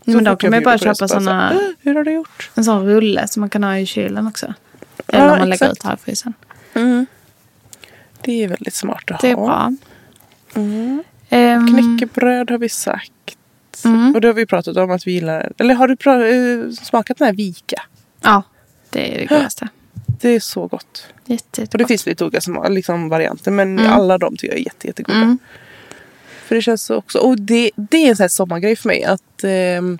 Speaker 1: Så
Speaker 2: Men då
Speaker 1: fort
Speaker 2: kan man ju
Speaker 1: bjuder
Speaker 2: bara
Speaker 1: på det så
Speaker 2: köpa
Speaker 1: så här,
Speaker 2: såna,
Speaker 1: "Äh, Hur har du gjort?
Speaker 2: en sån rulle som man kan ha i kylen också. Eller
Speaker 1: Ja,
Speaker 2: om man lägger
Speaker 1: exakt.
Speaker 2: ut här i frysen.
Speaker 1: Det är väldigt smart att
Speaker 2: Mm. Det
Speaker 1: ha.
Speaker 2: är bra.
Speaker 1: Mm.
Speaker 2: Ehm,
Speaker 1: Knäckebröd har vi sagt.
Speaker 2: Mm.
Speaker 1: Och det har vi pratat om att vi gillar. Eller har du pra- eh, smakat den här vika?
Speaker 2: Ja, det är det godaste.
Speaker 1: Det är så gott.
Speaker 2: Jätte,
Speaker 1: Och
Speaker 2: jättegott.
Speaker 1: det finns lite olika som, liksom, varianter men
Speaker 2: Mm.
Speaker 1: alla de tycker jag är jätte, jättegoda. För det känns så också. Och det, det är en sån här sommargrej för mig att ehm,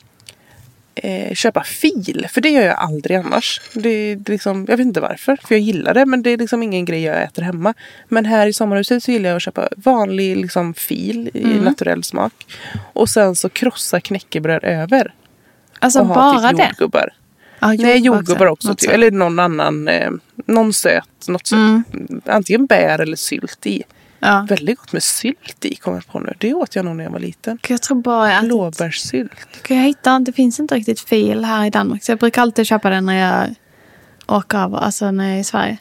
Speaker 1: eh, köpa fil. För det gör jag aldrig annars. Det, det liksom, jag vet inte varför. För jag gillar det men det är liksom ingen grej jag äter hemma. Men här i sommarhuset så gillar jag att köpa vanlig liksom, fil i
Speaker 2: Mm.
Speaker 1: naturell smak. Och sen så krossa knäckebröd över.
Speaker 2: Alltså
Speaker 1: och ha
Speaker 2: bara
Speaker 1: typ
Speaker 2: det.
Speaker 1: jordgubbar.
Speaker 2: Ja,
Speaker 1: Nej, jordgubbar också.
Speaker 2: Något
Speaker 1: typ.
Speaker 2: sånt.
Speaker 1: Eller någon annan, eh, någon söt, något söt.
Speaker 2: Mm.
Speaker 1: Antingen bär eller sylt i.
Speaker 2: Ja.
Speaker 1: Väldigt gott med sylt i kommer jag på nu. Det åt jag nog när jag var liten.
Speaker 2: Jag tror bara jag ätit
Speaker 1: Blåbärssylt.
Speaker 2: Kan Jag hittar, det finns inte riktigt fil här i Danmark. Så jag brukar alltid köpa den när jag åker över, alltså när jag är i Sverige.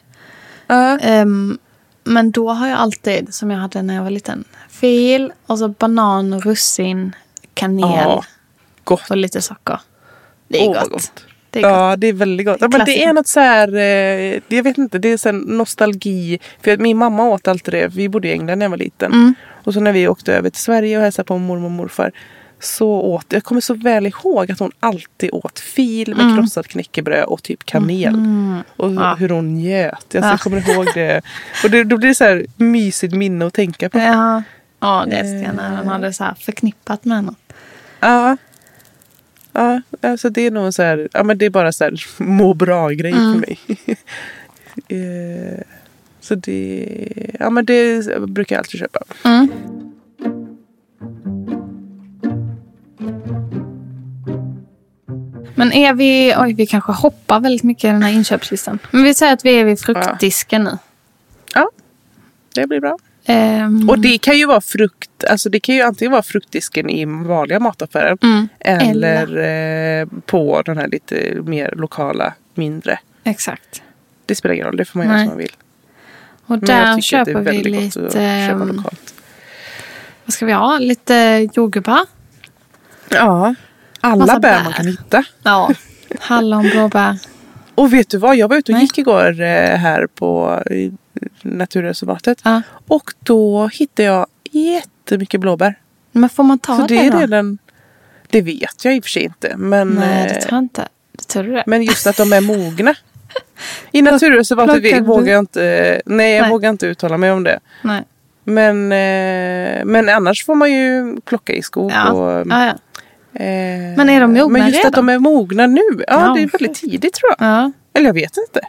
Speaker 1: Ja.
Speaker 2: Ehm, men då har jag alltid, som jag hade när jag var liten, fil och så banan, russin, kanel
Speaker 1: Ja, gott.
Speaker 2: och lite socker. Det är
Speaker 1: Åh, vad
Speaker 2: gott.
Speaker 1: gott.
Speaker 2: Det är gott.
Speaker 1: Ja, det är väldigt gott.
Speaker 2: Det
Speaker 1: Ja,
Speaker 2: är
Speaker 1: men det
Speaker 2: klassiker.
Speaker 1: är något så här, eh, jag vet inte, det är så här nostalgi. För att min mamma åt
Speaker 2: Mm.
Speaker 1: alltid det, vi bodde i England när jag var liten. Och så när vi åkte över till Sverige och hälsade på mormor och morfar så åt, jag kommer så väl ihåg att hon alltid åt fil med krossat knäckebröd och typ kanel. Och hu-
Speaker 2: Mm. Ja.
Speaker 1: hur hon njöt. Alltså,
Speaker 2: Ja.
Speaker 1: Jag kommer ihåg det. Och det, då blir det så här mysigt minne att tänka på.
Speaker 2: Ja. Ja, det är jag
Speaker 1: Eh.
Speaker 2: när han hade så här förknippat med något.
Speaker 1: Ja. Ja, alltså det är nog så här, ja men det är bara så här må bra-grej för mig. Eh, så det, ja men det brukar jag alltid köpa.
Speaker 2: Men är vi, oj vi kanske hoppar väldigt mycket i den här inköpslistan. Men vi säger att vi är vid fruktdisken nu.
Speaker 1: Ja, det blir bra.
Speaker 2: Ehm,
Speaker 1: Och det kan ju vara frukt, alltså det kan ju antingen vara fruktdisken i vanliga mataffärer.
Speaker 2: Mm.
Speaker 1: Eller eh, på den här lite mer lokala, mindre.
Speaker 2: Exakt.
Speaker 1: Det spelar ingen roll, det får man göra
Speaker 2: Nej.
Speaker 1: som man vill.
Speaker 2: Och
Speaker 1: Men jag
Speaker 2: där
Speaker 1: tycker att det
Speaker 2: köper
Speaker 1: är
Speaker 2: vi
Speaker 1: väldigt gott att
Speaker 2: lite,
Speaker 1: köpa
Speaker 2: ehm,
Speaker 1: lokalt.
Speaker 2: vad ska vi ha? Lite jordgubbar.
Speaker 1: Ja, alla
Speaker 2: massa
Speaker 1: bär
Speaker 2: bär.
Speaker 1: man kan hitta.
Speaker 2: Ja. Hallon, blåbär.
Speaker 1: Och vet du vad, jag var ute och
Speaker 2: Nej.
Speaker 1: gick igår eh, här på i naturreservatet.
Speaker 2: Ja.
Speaker 1: Och då hittade jag jättemycket blåbär.
Speaker 2: Men får man ta
Speaker 1: Så det
Speaker 2: det,
Speaker 1: är
Speaker 2: då?
Speaker 1: redan... Det vet jag i och för sig inte. Men,
Speaker 2: Nej, det
Speaker 1: eh,
Speaker 2: tror jag inte. Det tror du det?
Speaker 1: men just att de är mogna. I naturreservatet
Speaker 2: plockar
Speaker 1: vi-
Speaker 2: du?
Speaker 1: vågar jag inte... Nej, jag
Speaker 2: Nej.
Speaker 1: vågar inte uttala mig om det.
Speaker 2: Nej.
Speaker 1: Men, eh, men annars får man ju plocka i skog.
Speaker 2: Ja.
Speaker 1: Och,
Speaker 2: Ja, ja.
Speaker 1: eh,
Speaker 2: Men är de mogna
Speaker 1: Men just att
Speaker 2: redan?
Speaker 1: de är mogna nu. Ja,
Speaker 2: Ja,
Speaker 1: det är
Speaker 2: okej.
Speaker 1: väldigt tidigt tror jag.
Speaker 2: ja.
Speaker 1: Eller jag vet inte.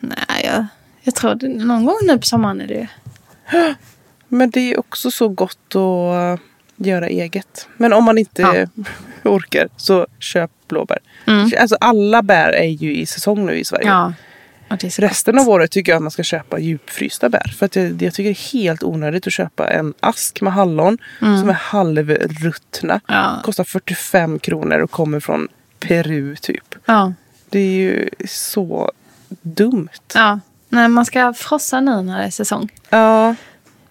Speaker 2: Nej, jag, jag tror det, någon gång nu på sommaren är det ju.
Speaker 1: Men det är också så gott att eh, göra eget. Men om man inte orkar så köp blåbär.
Speaker 2: Mm.
Speaker 1: Alltså alla bär är ju i säsong nu i Sverige.
Speaker 2: Ja. Och det är så
Speaker 1: Resten
Speaker 2: gott.
Speaker 1: av året tycker jag att man ska köpa djupfrysta bär. För att jag, jag tycker det är helt onödigt att köpa en ask med hallon som är halvruttna.
Speaker 2: Mm. Ja.
Speaker 1: Kostar 45 kronor och kommer från Peru typ.
Speaker 2: Ja.
Speaker 1: Det är ju så dumt.
Speaker 2: ja. Nej, man ska frossa nu när det är säsong.
Speaker 1: Ja,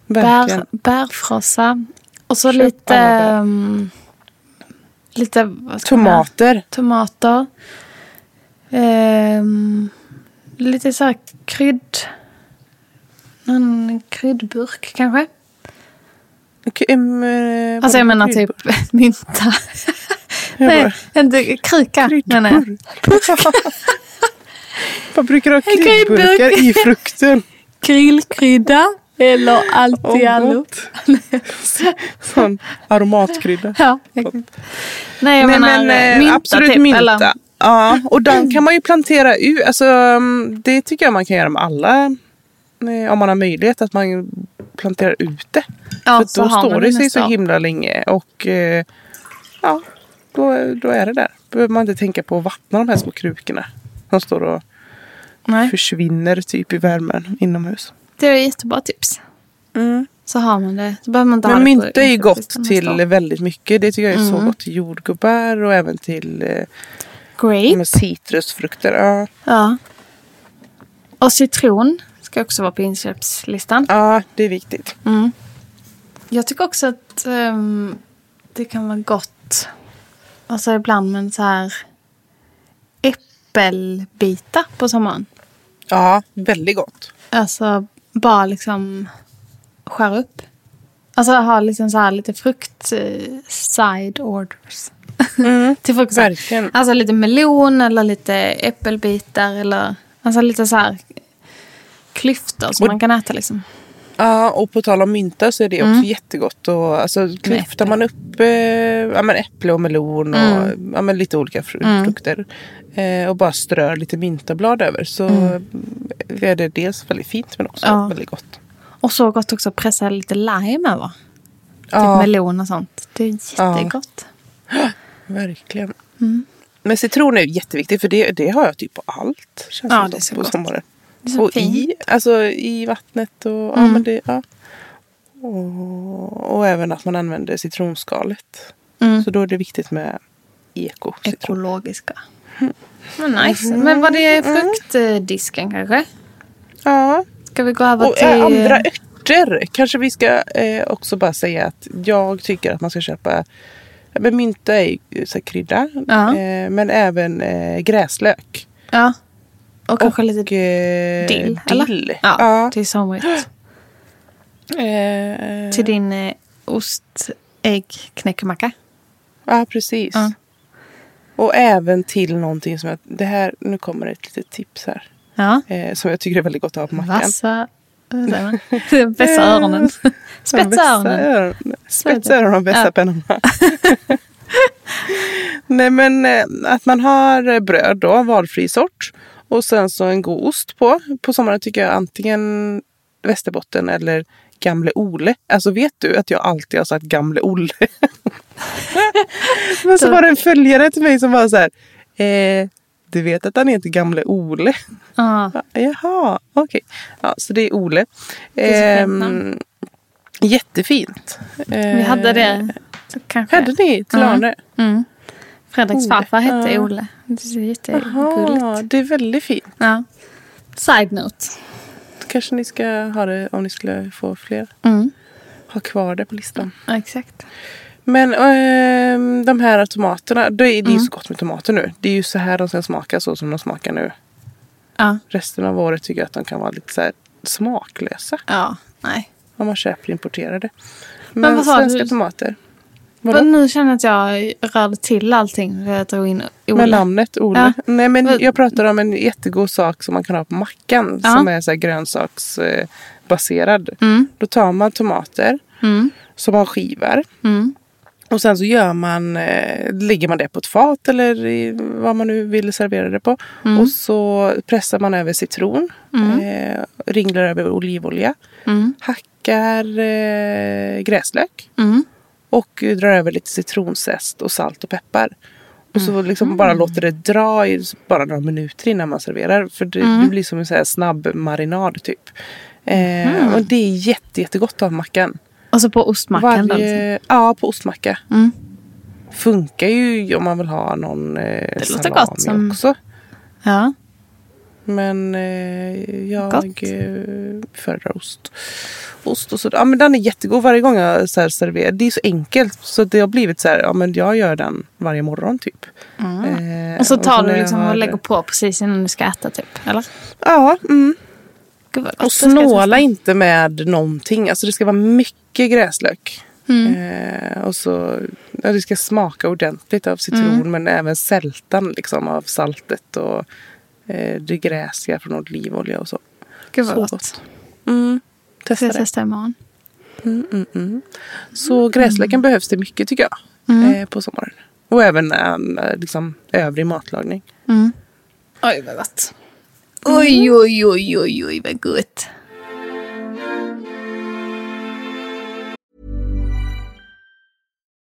Speaker 1: verkligen.
Speaker 2: Bär, bärfrossa. Och så
Speaker 1: Köp
Speaker 2: lite...
Speaker 1: alla bär.
Speaker 2: ehm, lite... Vad ska man ha?
Speaker 1: Tomater.
Speaker 2: Tomater. Ehm, lite så här krydd... Någon kryddburk kanske.
Speaker 1: Okej, em, eh,
Speaker 2: Alltså jag
Speaker 1: vadå?
Speaker 2: menar
Speaker 1: Kryp-
Speaker 2: typ mynta.
Speaker 1: Jag bara-
Speaker 2: Nej, inte kruka menar jag.
Speaker 1: Vad brukar du ha
Speaker 2: En kryddburk.
Speaker 1: kryddburkar i frukten?
Speaker 2: Grillkrydda eller allt
Speaker 1: Åh,
Speaker 2: i allo.
Speaker 1: gott. Sån aromatkrydda.
Speaker 2: Ja, exakt. Nej, jag menar
Speaker 1: eh,
Speaker 2: eh, mynta
Speaker 1: absolut
Speaker 2: typ.
Speaker 1: mynta.
Speaker 2: Eller,
Speaker 1: Ja, och den kan man ju plantera ut. Alltså, mm, det tycker jag man kan göra med alla. eh, Om man har möjlighet att man planterar ut det.
Speaker 2: ja,
Speaker 1: För då
Speaker 2: har man
Speaker 1: står det sig
Speaker 2: nästa
Speaker 1: så
Speaker 2: år.
Speaker 1: himla länge. Och eh, ja, då, då är det där. behöver man inte tänka på att vattna de här små krukorna. De står och
Speaker 2: Nej,
Speaker 1: försvinner typ i värmen inomhus.
Speaker 2: det är jättebra tips. Så har man det. Så behöver man inte ha
Speaker 1: Men
Speaker 2: det på
Speaker 1: mynta är ju
Speaker 2: inköpslistan
Speaker 1: gott
Speaker 2: nästa år. Mm.
Speaker 1: till väldigt mycket. Det tycker jag är så gott till jordgubbar och även till eh,
Speaker 2: Grape.
Speaker 1: med citrusfrukter. Ja,
Speaker 2: Ja. Och citron ska också vara på inköpslistan.
Speaker 1: ja det är viktigt.
Speaker 2: Jag tycker också att ehm, det kan vara gott. Alltså ibland med så här äppelbitar på sommaren.
Speaker 1: Ja, väldigt gott.
Speaker 2: Alltså bara liksom skär upp. Alltså ha liksom så här lite frukt eh, side orders. Till frukost.
Speaker 1: Verkligen.
Speaker 2: Alltså lite melon eller lite äppelbitar eller alltså lite så här klyftor som
Speaker 1: Och-
Speaker 2: man kan äta liksom.
Speaker 1: Ja, och på tal om mynta så är det också
Speaker 2: Mm.
Speaker 1: jättegott. Och, alltså, klyftar man upp eh, ja, men äpple och melon och
Speaker 2: Mm.
Speaker 1: ja, men lite olika fru- frukter eh, och bara strör lite myntablad över så är det dels väldigt fint men också
Speaker 2: Mm. Ja. Typ
Speaker 1: väldigt gott.
Speaker 2: Och så gott också att pressa lite lime över.
Speaker 1: Ja.
Speaker 2: Typ melon och sånt. Det är jättegott.
Speaker 1: Verkligen.
Speaker 2: Mm.
Speaker 1: Men citron är ju jätteviktigt för det, det har jag typ på allt. Känns
Speaker 2: Ja,
Speaker 1: som
Speaker 2: det är så
Speaker 1: på
Speaker 2: gott.
Speaker 1: sommaren.
Speaker 2: Det är så
Speaker 1: och i,
Speaker 2: fint. Mm.
Speaker 1: alltså, i vattnet och ja, men det, ja. och, och även att man använder citronskalet.
Speaker 2: Mm.
Speaker 1: Så då är det viktigt med ekocitron.
Speaker 2: Ekologiska. Men nice.
Speaker 1: Mhm.
Speaker 2: Men var det fruktdisken kanske?
Speaker 1: Ja.
Speaker 2: Ska vi gå över
Speaker 1: Och
Speaker 2: till...
Speaker 1: eh, andra örter. Kanske vi ska eh, också bara säga att jag tycker att man ska köpa ja, men mynta är ju så här krydda.
Speaker 2: Ja.
Speaker 1: Eh, men även eh, gräslök.
Speaker 2: Ja. Och kanske lite
Speaker 1: Och, eh,
Speaker 2: dill.
Speaker 1: dill.
Speaker 2: Eller? Ja,
Speaker 1: Ja.
Speaker 2: Till somrigt.
Speaker 1: Eh,
Speaker 2: Till din eh, ost, ägg, eh, knäckemacka.
Speaker 1: Ja, precis.
Speaker 2: Ja.
Speaker 1: Och även till någonting som jag, det här, nu kommer ett litet tips här.
Speaker 2: Ja.
Speaker 1: Eh, som jag tycker är väldigt gott att ha på mackan.
Speaker 2: Vassa... vad säger man? Vässa öronen. Spetsa öronen.
Speaker 1: öronen. Spetsa öronen och vässa
Speaker 2: Ja.
Speaker 1: pennorna. Nej men eh, att man har eh, bröd då, valfri sort. Och sen så en god ost på. På sommaren tycker jag antingen Västerbotten eller Gamle Ole. Alltså vet du att jag alltid har sagt Gamle Olle? men så var det en följare till mig som var så här. Eh, du vet att han heter Gamle Ole?
Speaker 2: Ja.
Speaker 1: Ja, Jaha, okej. Ja, så det är Ole.
Speaker 2: är så fint
Speaker 1: Ehm,
Speaker 2: namn.
Speaker 1: jättefint. Ehm,
Speaker 2: Vi hade det.
Speaker 1: Eh,
Speaker 2: Kanske.
Speaker 1: Hade ni till
Speaker 2: Ja.
Speaker 1: Arne?
Speaker 2: Mm. Fredriks
Speaker 1: Ole.
Speaker 2: farfar hette
Speaker 1: Ja.
Speaker 2: Ole. Det är
Speaker 1: Ja,
Speaker 2: jättegulligt.
Speaker 1: det är väldigt fint.
Speaker 2: Ja. Side note.
Speaker 1: Kanske ni ska ha det om ni skulle få fler.
Speaker 2: Mm.
Speaker 1: Ha kvar det på listan.
Speaker 2: Ja, exakt.
Speaker 1: Men ehm, de här tomaterna. Det är, det är
Speaker 2: Mm.
Speaker 1: ju så gott med tomater nu. Det är ju så här de ska smaka, så som de smakar nu.
Speaker 2: Ja.
Speaker 1: Resten av året tycker jag att de kan vara lite så här smaklösa.
Speaker 2: Ja. Nej.
Speaker 1: Om man köper importerade. Men,
Speaker 2: vad sa
Speaker 1: svenska
Speaker 2: du?
Speaker 1: tomater. Vadå?
Speaker 2: Men nu känner jag att jag rörde till allting för jag drog in Ole.
Speaker 1: Med namnet Olle.
Speaker 2: Ja.
Speaker 1: Nej, men
Speaker 2: Vad-
Speaker 1: jag pratar om en jättegod sak som man kan ha på mackan.
Speaker 2: Ja.
Speaker 1: Som är så här grönsaksbaserad.
Speaker 2: Mm.
Speaker 1: Då tar man tomater
Speaker 2: Mm.
Speaker 1: som man skivar.
Speaker 2: Mm.
Speaker 1: Och sen så gör man, eh, lägger man det på ett fat eller i, vad man nu vill servera det på.
Speaker 2: Mm.
Speaker 1: Och så pressar man över citron. Eh, ringlar över olivolja.
Speaker 2: Mm.
Speaker 1: Hackar eh, gräslök.
Speaker 2: Mm.
Speaker 1: Och eh, drar över lite citronzest och salt och peppar. Och
Speaker 2: Mm.
Speaker 1: så liksom bara låter det dra i s- bara några minuter innan man serverar. För det, det
Speaker 2: Mm.
Speaker 1: blir som en så här snabb marinad typ. Eh,
Speaker 2: Mm.
Speaker 1: Och det är jätte, jättegott av mackan.
Speaker 2: Och så på ostmackan då. Liksom.
Speaker 1: Varje, ja, på ostmacka.
Speaker 2: Mm.
Speaker 1: Funkar ju om man vill ha någon eh,
Speaker 2: låter
Speaker 1: salami
Speaker 2: gott som-
Speaker 1: också.
Speaker 2: Ja.
Speaker 1: Men eh, jag
Speaker 2: Gott.
Speaker 1: eh, föredrar ost. Ost och så. Ja, men den är jättegod varje gång jag så här serverar. Det är så enkelt. Så det har blivit så här, ja men jag gör den varje morgon typ. Eh,
Speaker 2: Mm. Och så tar
Speaker 1: när
Speaker 2: du
Speaker 1: jag
Speaker 2: liksom
Speaker 1: har-
Speaker 2: och lägger på precis innan du ska äta typ. Eller?
Speaker 1: Ja, mm.
Speaker 2: Gud vad gott.
Speaker 1: Och
Speaker 2: Det ska jag testa.
Speaker 1: snåla inte med någonting. Alltså det ska vara mycket gräslök.
Speaker 2: Mm.
Speaker 1: Eh, och så, ja, det ska smaka ordentligt av citron
Speaker 2: Mm.
Speaker 1: men även sältan liksom, av saltet och eh, det gräsiga från olivolja och så.
Speaker 2: Gud vad
Speaker 1: Så
Speaker 2: gott.
Speaker 1: gott. Mm.
Speaker 2: Jag ska
Speaker 1: Testa det.
Speaker 2: testa imorgon.
Speaker 1: Mm, Så gräslöken
Speaker 2: Mm.
Speaker 1: behövs det mycket tycker jag. Eh, på sommaren. Och även um, liksom, övrig matlagning.
Speaker 2: Oj vad gott. Oj, oj, oj, oj, oj vad gott.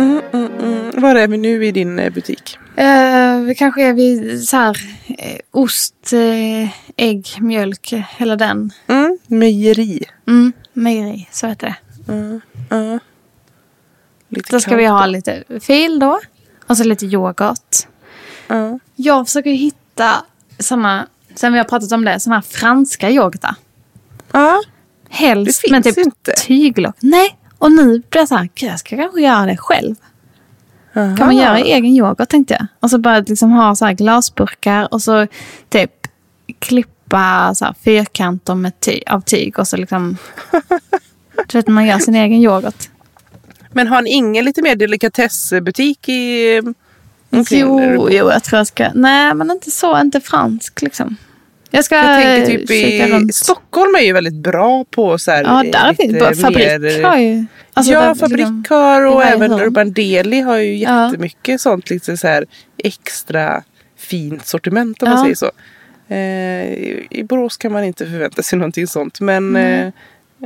Speaker 1: Mm, mm, mm. Var är vi nu i din eh, butik?
Speaker 2: Eh, vi kanske är vid så här, eh, ost, eh, ägg, mjölk, eh, hela den.
Speaker 1: Mm. Mejeri.
Speaker 2: Mm, mejeri, så heter det.
Speaker 1: Ja. Lite
Speaker 2: Då ska
Speaker 1: kallt
Speaker 2: vi ha
Speaker 1: då.
Speaker 2: lite fil då. Och så lite yoghurt.
Speaker 1: Ja.
Speaker 2: Jag försöker ju hitta såna, sen vi har pratat om det, såna här franska yoghurtar.
Speaker 1: Ja.
Speaker 2: Helst
Speaker 1: Det
Speaker 2: med
Speaker 1: finns
Speaker 2: typ
Speaker 1: inte.
Speaker 2: tyglock. Nej, och nu blir jag så här, "Gud, jag ska kanske göra det själv. Kan man göra egen yoghurt tänkte jag. Och så bara liksom ha så här glasburkar och så typ klipp, klippa så här, fyrkanter med ty- av tyg och så liksom... Du vet, man gör sin egen yoghurt.
Speaker 1: Men har ni ingen lite mer delikatessbutik i... eh, omkring
Speaker 2: Jo,
Speaker 1: där du
Speaker 2: jo,
Speaker 1: bor?
Speaker 2: jag tror jag ska... Nej, men inte så. Inte fransk liksom. Jag ska
Speaker 1: Jag tänker typ
Speaker 2: kika
Speaker 1: i
Speaker 2: runt.
Speaker 1: Stockholm är ju väldigt bra på så här.
Speaker 2: Ja,
Speaker 1: eh,
Speaker 2: där finns
Speaker 1: lite
Speaker 2: det. Fabrik
Speaker 1: mer- eh,
Speaker 2: har ju... alltså,
Speaker 1: ja,
Speaker 2: där
Speaker 1: Fabrik
Speaker 2: liksom-
Speaker 1: har
Speaker 2: i
Speaker 1: och
Speaker 2: varje
Speaker 1: även
Speaker 2: hörn.
Speaker 1: Urban Deli har ju
Speaker 2: Ja.
Speaker 1: jättemycket sånt lite så här extra fint sortiment om man
Speaker 2: Ja.
Speaker 1: säger så. Eh, i- I Borås kan man inte förvänta sig någonting sånt men eh,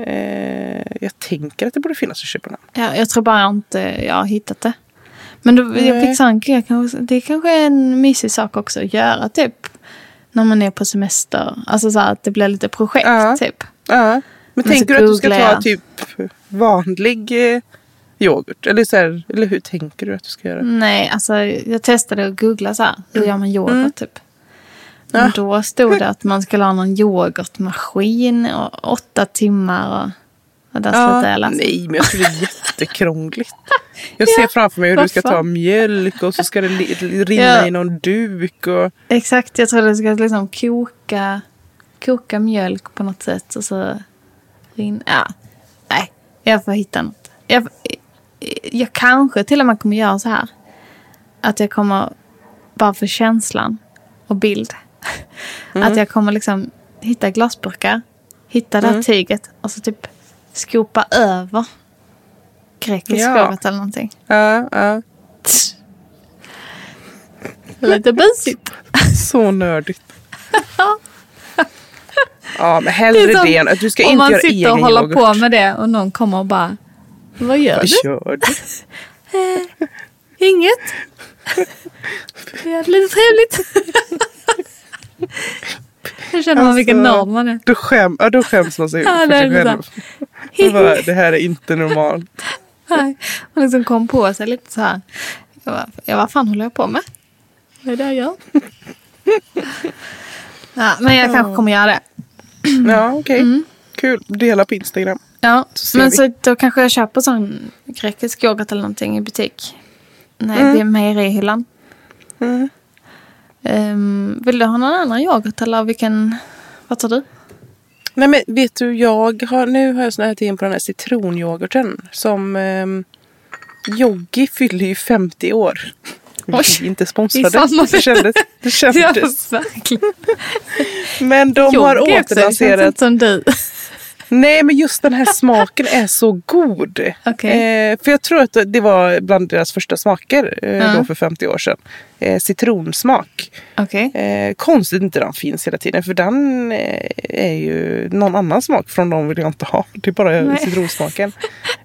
Speaker 1: eh, jag tänker att det borde finnas i Köpenhamn.
Speaker 2: Ja, jag tror bara inte jag har hittat det. Men då, jag
Speaker 1: Nej.
Speaker 2: fick tanken, jag kanske, det är kanske är en mysig sak också att göra typ. När man är på semester. Alltså så här, att det blir lite projekt
Speaker 1: Ja.
Speaker 2: typ.
Speaker 1: Ja. Men
Speaker 2: så
Speaker 1: tänker du att du ska
Speaker 2: googlar
Speaker 1: ta
Speaker 2: jag.
Speaker 1: typ vanlig eh, yoghurt? Eller, så här, eller hur tänker du att du ska göra?
Speaker 2: Nej, alltså jag testade att googla så här. Hur gör man yoghurt typ? Men
Speaker 1: Mm. Ja.
Speaker 2: då stod det att man skulle ha någon yoghurtmaskin och åtta timmar och, och där
Speaker 1: Ja,
Speaker 2: slutade jag läsa.
Speaker 1: nej, men jag tror det är jättekrångligt. Jag ser framför mig hur du ska
Speaker 2: varför?
Speaker 1: ta mjölk och så ska det li- li- rinna
Speaker 2: Ja.
Speaker 1: i någon duk. Och,
Speaker 2: Exakt, jag tror det ska liksom koka, koka mjölk på något sätt och så rinna. Ja. Nej, jag får hitta något. Jag, jag kanske till och med kommer göra så här. Att jag kommer, bara för känslan och bild, att jag kommer liksom hitta glasburkar, hitta det här tyget och så typ skopa över grekisk
Speaker 1: Ja.
Speaker 2: yoghurt eller någonting.
Speaker 1: ja, ja.
Speaker 2: Lite busigt.
Speaker 1: Så nördigt. ja, men
Speaker 2: Det är
Speaker 1: hellre det,
Speaker 2: som
Speaker 1: än att du ska
Speaker 2: om
Speaker 1: inte
Speaker 2: man
Speaker 1: göra
Speaker 2: sitter
Speaker 1: egen
Speaker 2: och håller
Speaker 1: yoghurt.
Speaker 2: på med det och någon kommer och bara Vad gör
Speaker 1: Vad
Speaker 2: du?
Speaker 1: gör du?
Speaker 2: Inget. Vi hade lite trevligt. Jag känner man vilken
Speaker 1: Alltså,
Speaker 2: nörd man är.
Speaker 1: Då, skäm, ja, då skäms man sig
Speaker 2: Ja,
Speaker 1: för
Speaker 2: det är
Speaker 1: sig
Speaker 2: det
Speaker 1: själv. Jag bara, det här är inte normalt.
Speaker 2: Nej, Man liksom kom på sig lite så här. Jag bara, ja, vad fan håller jag på med? Vad är det jag gör? Ja, men jag kanske kommer göra det.
Speaker 1: Ja, okej.
Speaker 2: Mm.
Speaker 1: Kul. Dela på Instagram.
Speaker 2: Ja,
Speaker 1: Så ser
Speaker 2: men
Speaker 1: vi.
Speaker 2: så då kanske jag köper sån grekisk yoghurt eller någonting i butik. Nej,
Speaker 1: Mm.
Speaker 2: vid mejerihyllan. Ehm, vill du ha någon annan yoghurt eller vilken? Vad tar du?
Speaker 1: Nej men vet du, jag har, nu har jag snöat in på den här citronyoghurten som ehm, Yogi fyller ju 50 år.
Speaker 2: Oj.
Speaker 1: Vi är inte
Speaker 2: I
Speaker 1: sponsrade.
Speaker 2: samma-
Speaker 1: Det kändes. Det kändes.
Speaker 2: verkligen.
Speaker 1: Men de har återlanserat.
Speaker 2: som du.
Speaker 1: Nej men just den här smaken är så god.
Speaker 2: Okej.
Speaker 1: Eh, för jag tror att det var bland deras första smaker eh,
Speaker 2: Ja.
Speaker 1: då för 50 år sedan. Eh, citronsmak.
Speaker 2: Okej.
Speaker 1: Eh, konstigt inte den finns hela tiden för den eh, är ju någon annan smak från dem vill jag inte ha. Det är bara
Speaker 2: Nej.
Speaker 1: citronsmaken.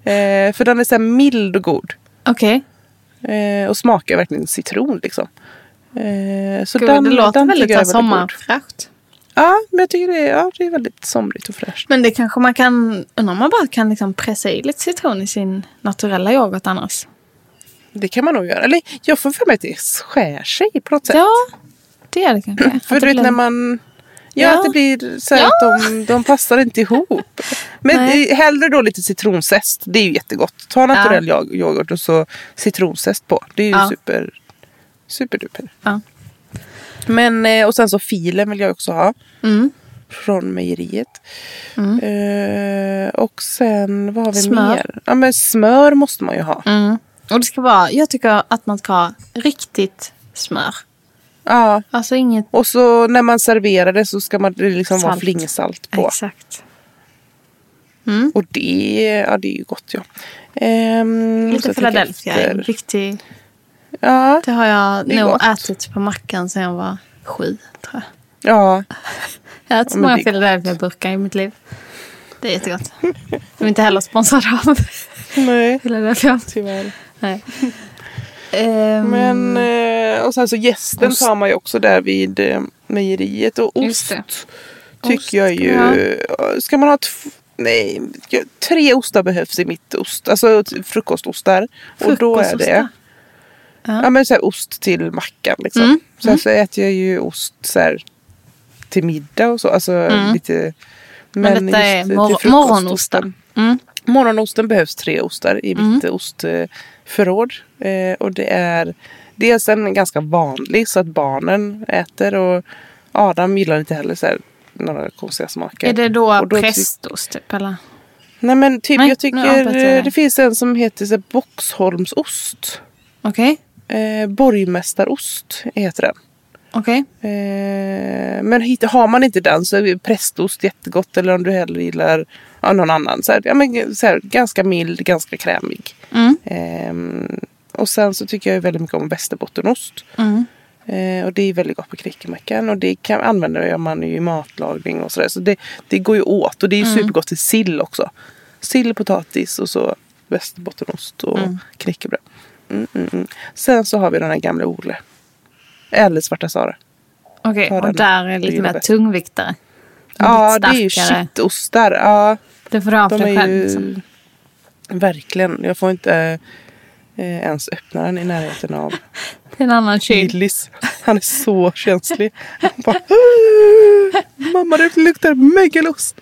Speaker 1: Eh, för den är så här mild och god.
Speaker 2: Okej.
Speaker 1: Eh, och smakar verkligen citron liksom. Eh, så
Speaker 2: Gud, Det låter
Speaker 1: tycker
Speaker 2: väldigt så
Speaker 1: jag
Speaker 2: här
Speaker 1: är god.
Speaker 2: sommarfräscht.
Speaker 1: Ja, men jag tycker det är, ja, det är väldigt somrigt och fräscht.
Speaker 2: Men det kanske man kan, undrar om man bara kan liksom pressa i lite citron i sin naturella yoghurt annars.
Speaker 1: Det kan man nog göra. Eller jag får för mig att det skär sig på något sätt.
Speaker 2: Ja, det är det kanske.
Speaker 1: För
Speaker 2: Att
Speaker 1: du
Speaker 2: det
Speaker 1: vet
Speaker 2: blir-
Speaker 1: när man... Ja,
Speaker 2: Ja.
Speaker 1: att det blir så här
Speaker 2: Ja.
Speaker 1: att de, de passar inte ihop. Men
Speaker 2: Nej.
Speaker 1: eh, hellre då lite citronzest. Det är ju jättegott. Ta naturell ja. yoghurt och så citronzest på. Det är ju
Speaker 2: Ja.
Speaker 1: super, superduper.
Speaker 2: Ja.
Speaker 1: Men, eh, och sen så filen vill jag också ha.
Speaker 2: Mm.
Speaker 1: Från mejeriet. Eh, och sen, vad har vi
Speaker 2: Smör.
Speaker 1: mer? Ja, men smör måste man ju ha.
Speaker 2: Mm. Och det ska vara, jag tycker att man ska ha riktigt smör.
Speaker 1: Ja.
Speaker 2: Alltså inget...
Speaker 1: Och så när man serverar det så ska man, det liksom vara
Speaker 2: Salt.
Speaker 1: flingsalt på.
Speaker 2: Exakt.
Speaker 1: Och det, ja, det är ju gott ja. Ehm, så
Speaker 2: Lite
Speaker 1: jag tänker
Speaker 2: Philadelphia är en
Speaker 1: efter.
Speaker 2: riktig...
Speaker 1: Ja,
Speaker 2: Det har jag
Speaker 1: Det är
Speaker 2: nog
Speaker 1: gott.
Speaker 2: ätit på mackan sedan jag var sju, tror jag.
Speaker 1: ja.
Speaker 2: Jag har ätit så
Speaker 1: Ja, men
Speaker 2: många
Speaker 1: det är gott.
Speaker 2: Philadelphia-burkar i mitt liv. Det är jättegott. De är inte heller sponsrade av
Speaker 1: Nej,
Speaker 2: Philadelphia.
Speaker 1: tyvärr.
Speaker 2: Nej. Ehm,
Speaker 1: Men, eh, och sen så gästen
Speaker 2: Ost.
Speaker 1: tar man ju också där vid eh, mejeriet. Och
Speaker 2: Just
Speaker 1: ost
Speaker 2: det.
Speaker 1: tycker
Speaker 2: Ost,
Speaker 1: jag ju... eh, Ska man ha tv- Nej, jag- tre ostar behövs i mitt ost. Alltså t- frukostostar. Och då är det...
Speaker 2: frukostostar.
Speaker 1: Ja. men så här, ost till mackan liksom.
Speaker 2: Mm,
Speaker 1: Sen så äter jag ju ost så här, till middag och så. Alltså lite...
Speaker 2: Mm. Men detta är
Speaker 1: just, eh,
Speaker 2: mor-
Speaker 1: till frukostosten.
Speaker 2: morgonosten. Mm.
Speaker 1: Morgonosten behövs tre ostar i mitt ostförråd. Eh, och det är dels en ganska vanlig så att barnen äter och Adam gillar inte heller så här några konstiga smaker.
Speaker 2: Är det då,
Speaker 1: Och då tyck-
Speaker 2: prästost typ eller?
Speaker 1: Nej men typ
Speaker 2: Nej,
Speaker 1: jag
Speaker 2: nu har jag
Speaker 1: tycker
Speaker 2: pratat med dig.
Speaker 1: eh, det finns en som heter så här, Boxholmsost.
Speaker 2: Okej,
Speaker 1: Eh, Borgmästarost heter den.
Speaker 2: okej.
Speaker 1: Eh, men hit, har man inte den så är ju prästost jättegott eller om du hellre gillar ja, någon annan. Så här, ja, men, så här, ganska mild, ganska krämig.
Speaker 2: Mm.
Speaker 1: Ehm, och sen så tycker jag ju väldigt mycket om västerbottenost.
Speaker 2: Mm.
Speaker 1: Eh, och det är väldigt gott på krickemackan och det kan använda man ju i matlagning och sådär. Så det, det går ju åt och det är ju
Speaker 2: Mm.
Speaker 1: supergott till sill också. Sill, potatis och så västerbottenost och knäckebröd. Mm, mm, mm. Sen så har vi den här gamla Ole. Eller Svarta Sara.
Speaker 2: Okej,
Speaker 1: Ta
Speaker 2: och
Speaker 1: den.
Speaker 2: där
Speaker 1: Det
Speaker 2: är lite
Speaker 1: är
Speaker 2: mer
Speaker 1: det bästa.
Speaker 2: tungviktare.
Speaker 1: Ja,
Speaker 2: Lite
Speaker 1: det är ju
Speaker 2: starkare.
Speaker 1: shitostar. Ja,
Speaker 2: Det får du ha för
Speaker 1: de
Speaker 2: dig
Speaker 1: är
Speaker 2: själv.
Speaker 1: ju...
Speaker 2: Liksom.
Speaker 1: Verkligen. Jag får inte eh, ens öppna den i närheten av
Speaker 2: Det är en annan kyl.
Speaker 1: Gillis. Han är så känslig. Han bara, Mamma, det luktar mögelost.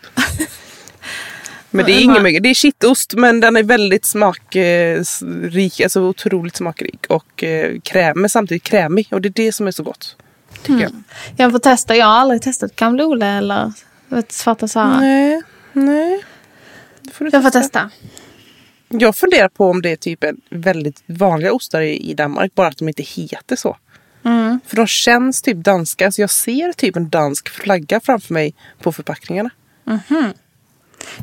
Speaker 1: Men det är ingen mögel. Det är kittost, men den är väldigt smakrik. Alltså otroligt smakrik och eh, kräm, men samtidigt krämig. Och det är det som är så gott. Tycker jag.
Speaker 2: Jag får testa. Jag har aldrig testat Gamla Ole eller vet, Svarta Sara.
Speaker 1: Nej, nej. Det får du
Speaker 2: Jag får testa.
Speaker 1: Jag funderar på om det är typ en väldigt vanliga ostar i i Danmark, bara att de inte heter så.
Speaker 2: Mm.
Speaker 1: För de känns typ danska, så jag ser typ en dansk flagga framför mig på förpackningarna.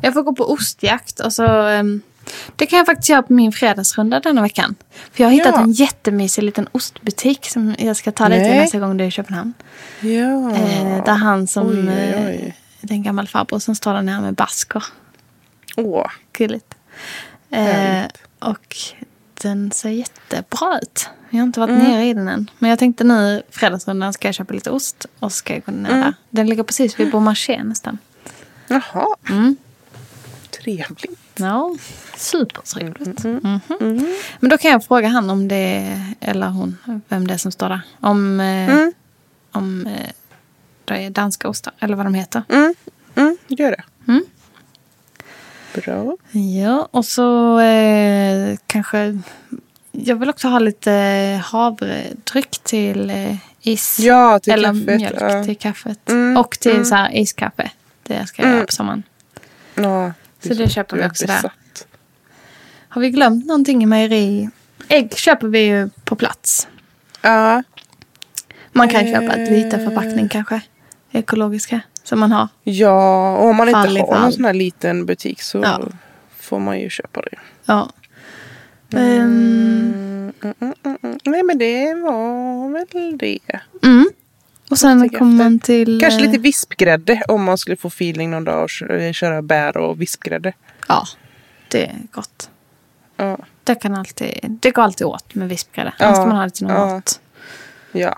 Speaker 2: Jag får gå på ostjakt och så... ehm, det kan jag faktiskt göra på min fredagsrunda denna veckan. För jag har hittat
Speaker 1: Ja.
Speaker 2: en jättemysig liten ostbutik som jag ska ta dig till
Speaker 1: Nej.
Speaker 2: nästa gång du är i Köpenhamn.
Speaker 1: Ja.
Speaker 2: Eh, där han som...
Speaker 1: Oj, oj, oj.
Speaker 2: eh, det är en gammal farbror som står där nere med basker.
Speaker 1: Åh,
Speaker 2: Gulligt. Eh,
Speaker 1: Härligt.
Speaker 2: och den ser jättebra ut. Jag har inte varit
Speaker 1: Mm.
Speaker 2: nere i den än. Men jag tänkte nu i fredagsrundan ska jag köpa lite ost och ska jag gå
Speaker 1: Mm.
Speaker 2: ner där. Den ligger precis vid Beaumarchais nästan.
Speaker 1: jaha.
Speaker 2: Mm.
Speaker 1: Trevligt.
Speaker 2: Ja, supertrevligt.
Speaker 1: Mm,
Speaker 2: Mhm. Men då kan jag fråga han om det, eller hon, vem det är som står där. Om, eh,
Speaker 1: Mm.
Speaker 2: om eh, det är danska ostar, eller vad de heter.
Speaker 1: Mm. Mm, gör det. Bra.
Speaker 2: Ja, och så eh, kanske... Jag vill också ha lite havredryck till eh, is.
Speaker 1: Ja, till
Speaker 2: eller
Speaker 1: kaffet,
Speaker 2: mjölk
Speaker 1: ja.
Speaker 2: till kaffet.
Speaker 1: Mm,
Speaker 2: Och till så här iskaffe. Det ska jag göra på sommaren.
Speaker 1: Ja,
Speaker 2: Så
Speaker 1: är
Speaker 2: det köper
Speaker 1: du
Speaker 2: vi
Speaker 1: är
Speaker 2: också där.
Speaker 1: besatt.
Speaker 2: Har vi glömt någonting i mejeri? Ägg köper vi ju på plats.
Speaker 1: Ja,
Speaker 2: Man kan köpa ett liten förpackning
Speaker 1: Eh.
Speaker 2: kanske. Ekologiska som man har.
Speaker 1: ja, och om man
Speaker 2: Fall i
Speaker 1: inte har
Speaker 2: fall.
Speaker 1: någon sån här liten butik så
Speaker 2: Ja.
Speaker 1: får man ju köpa det.
Speaker 2: Ja. Ehm,
Speaker 1: Mm, nej men det var väl det.
Speaker 2: mm. Och sen
Speaker 1: tänker
Speaker 2: kommer
Speaker 1: efter.
Speaker 2: man till...
Speaker 1: Kanske
Speaker 2: eh,
Speaker 1: lite vispgrädde om man skulle få feeling någon dag och kö- eh, köra bär och vispgrädde.
Speaker 2: Ja, det är gott.
Speaker 1: Ja.
Speaker 2: Det, kan alltid, det går alltid åt med vispgrädde.
Speaker 1: Ja,
Speaker 2: Annars kan man ha det till någon
Speaker 1: ja.
Speaker 2: mat.
Speaker 1: ja.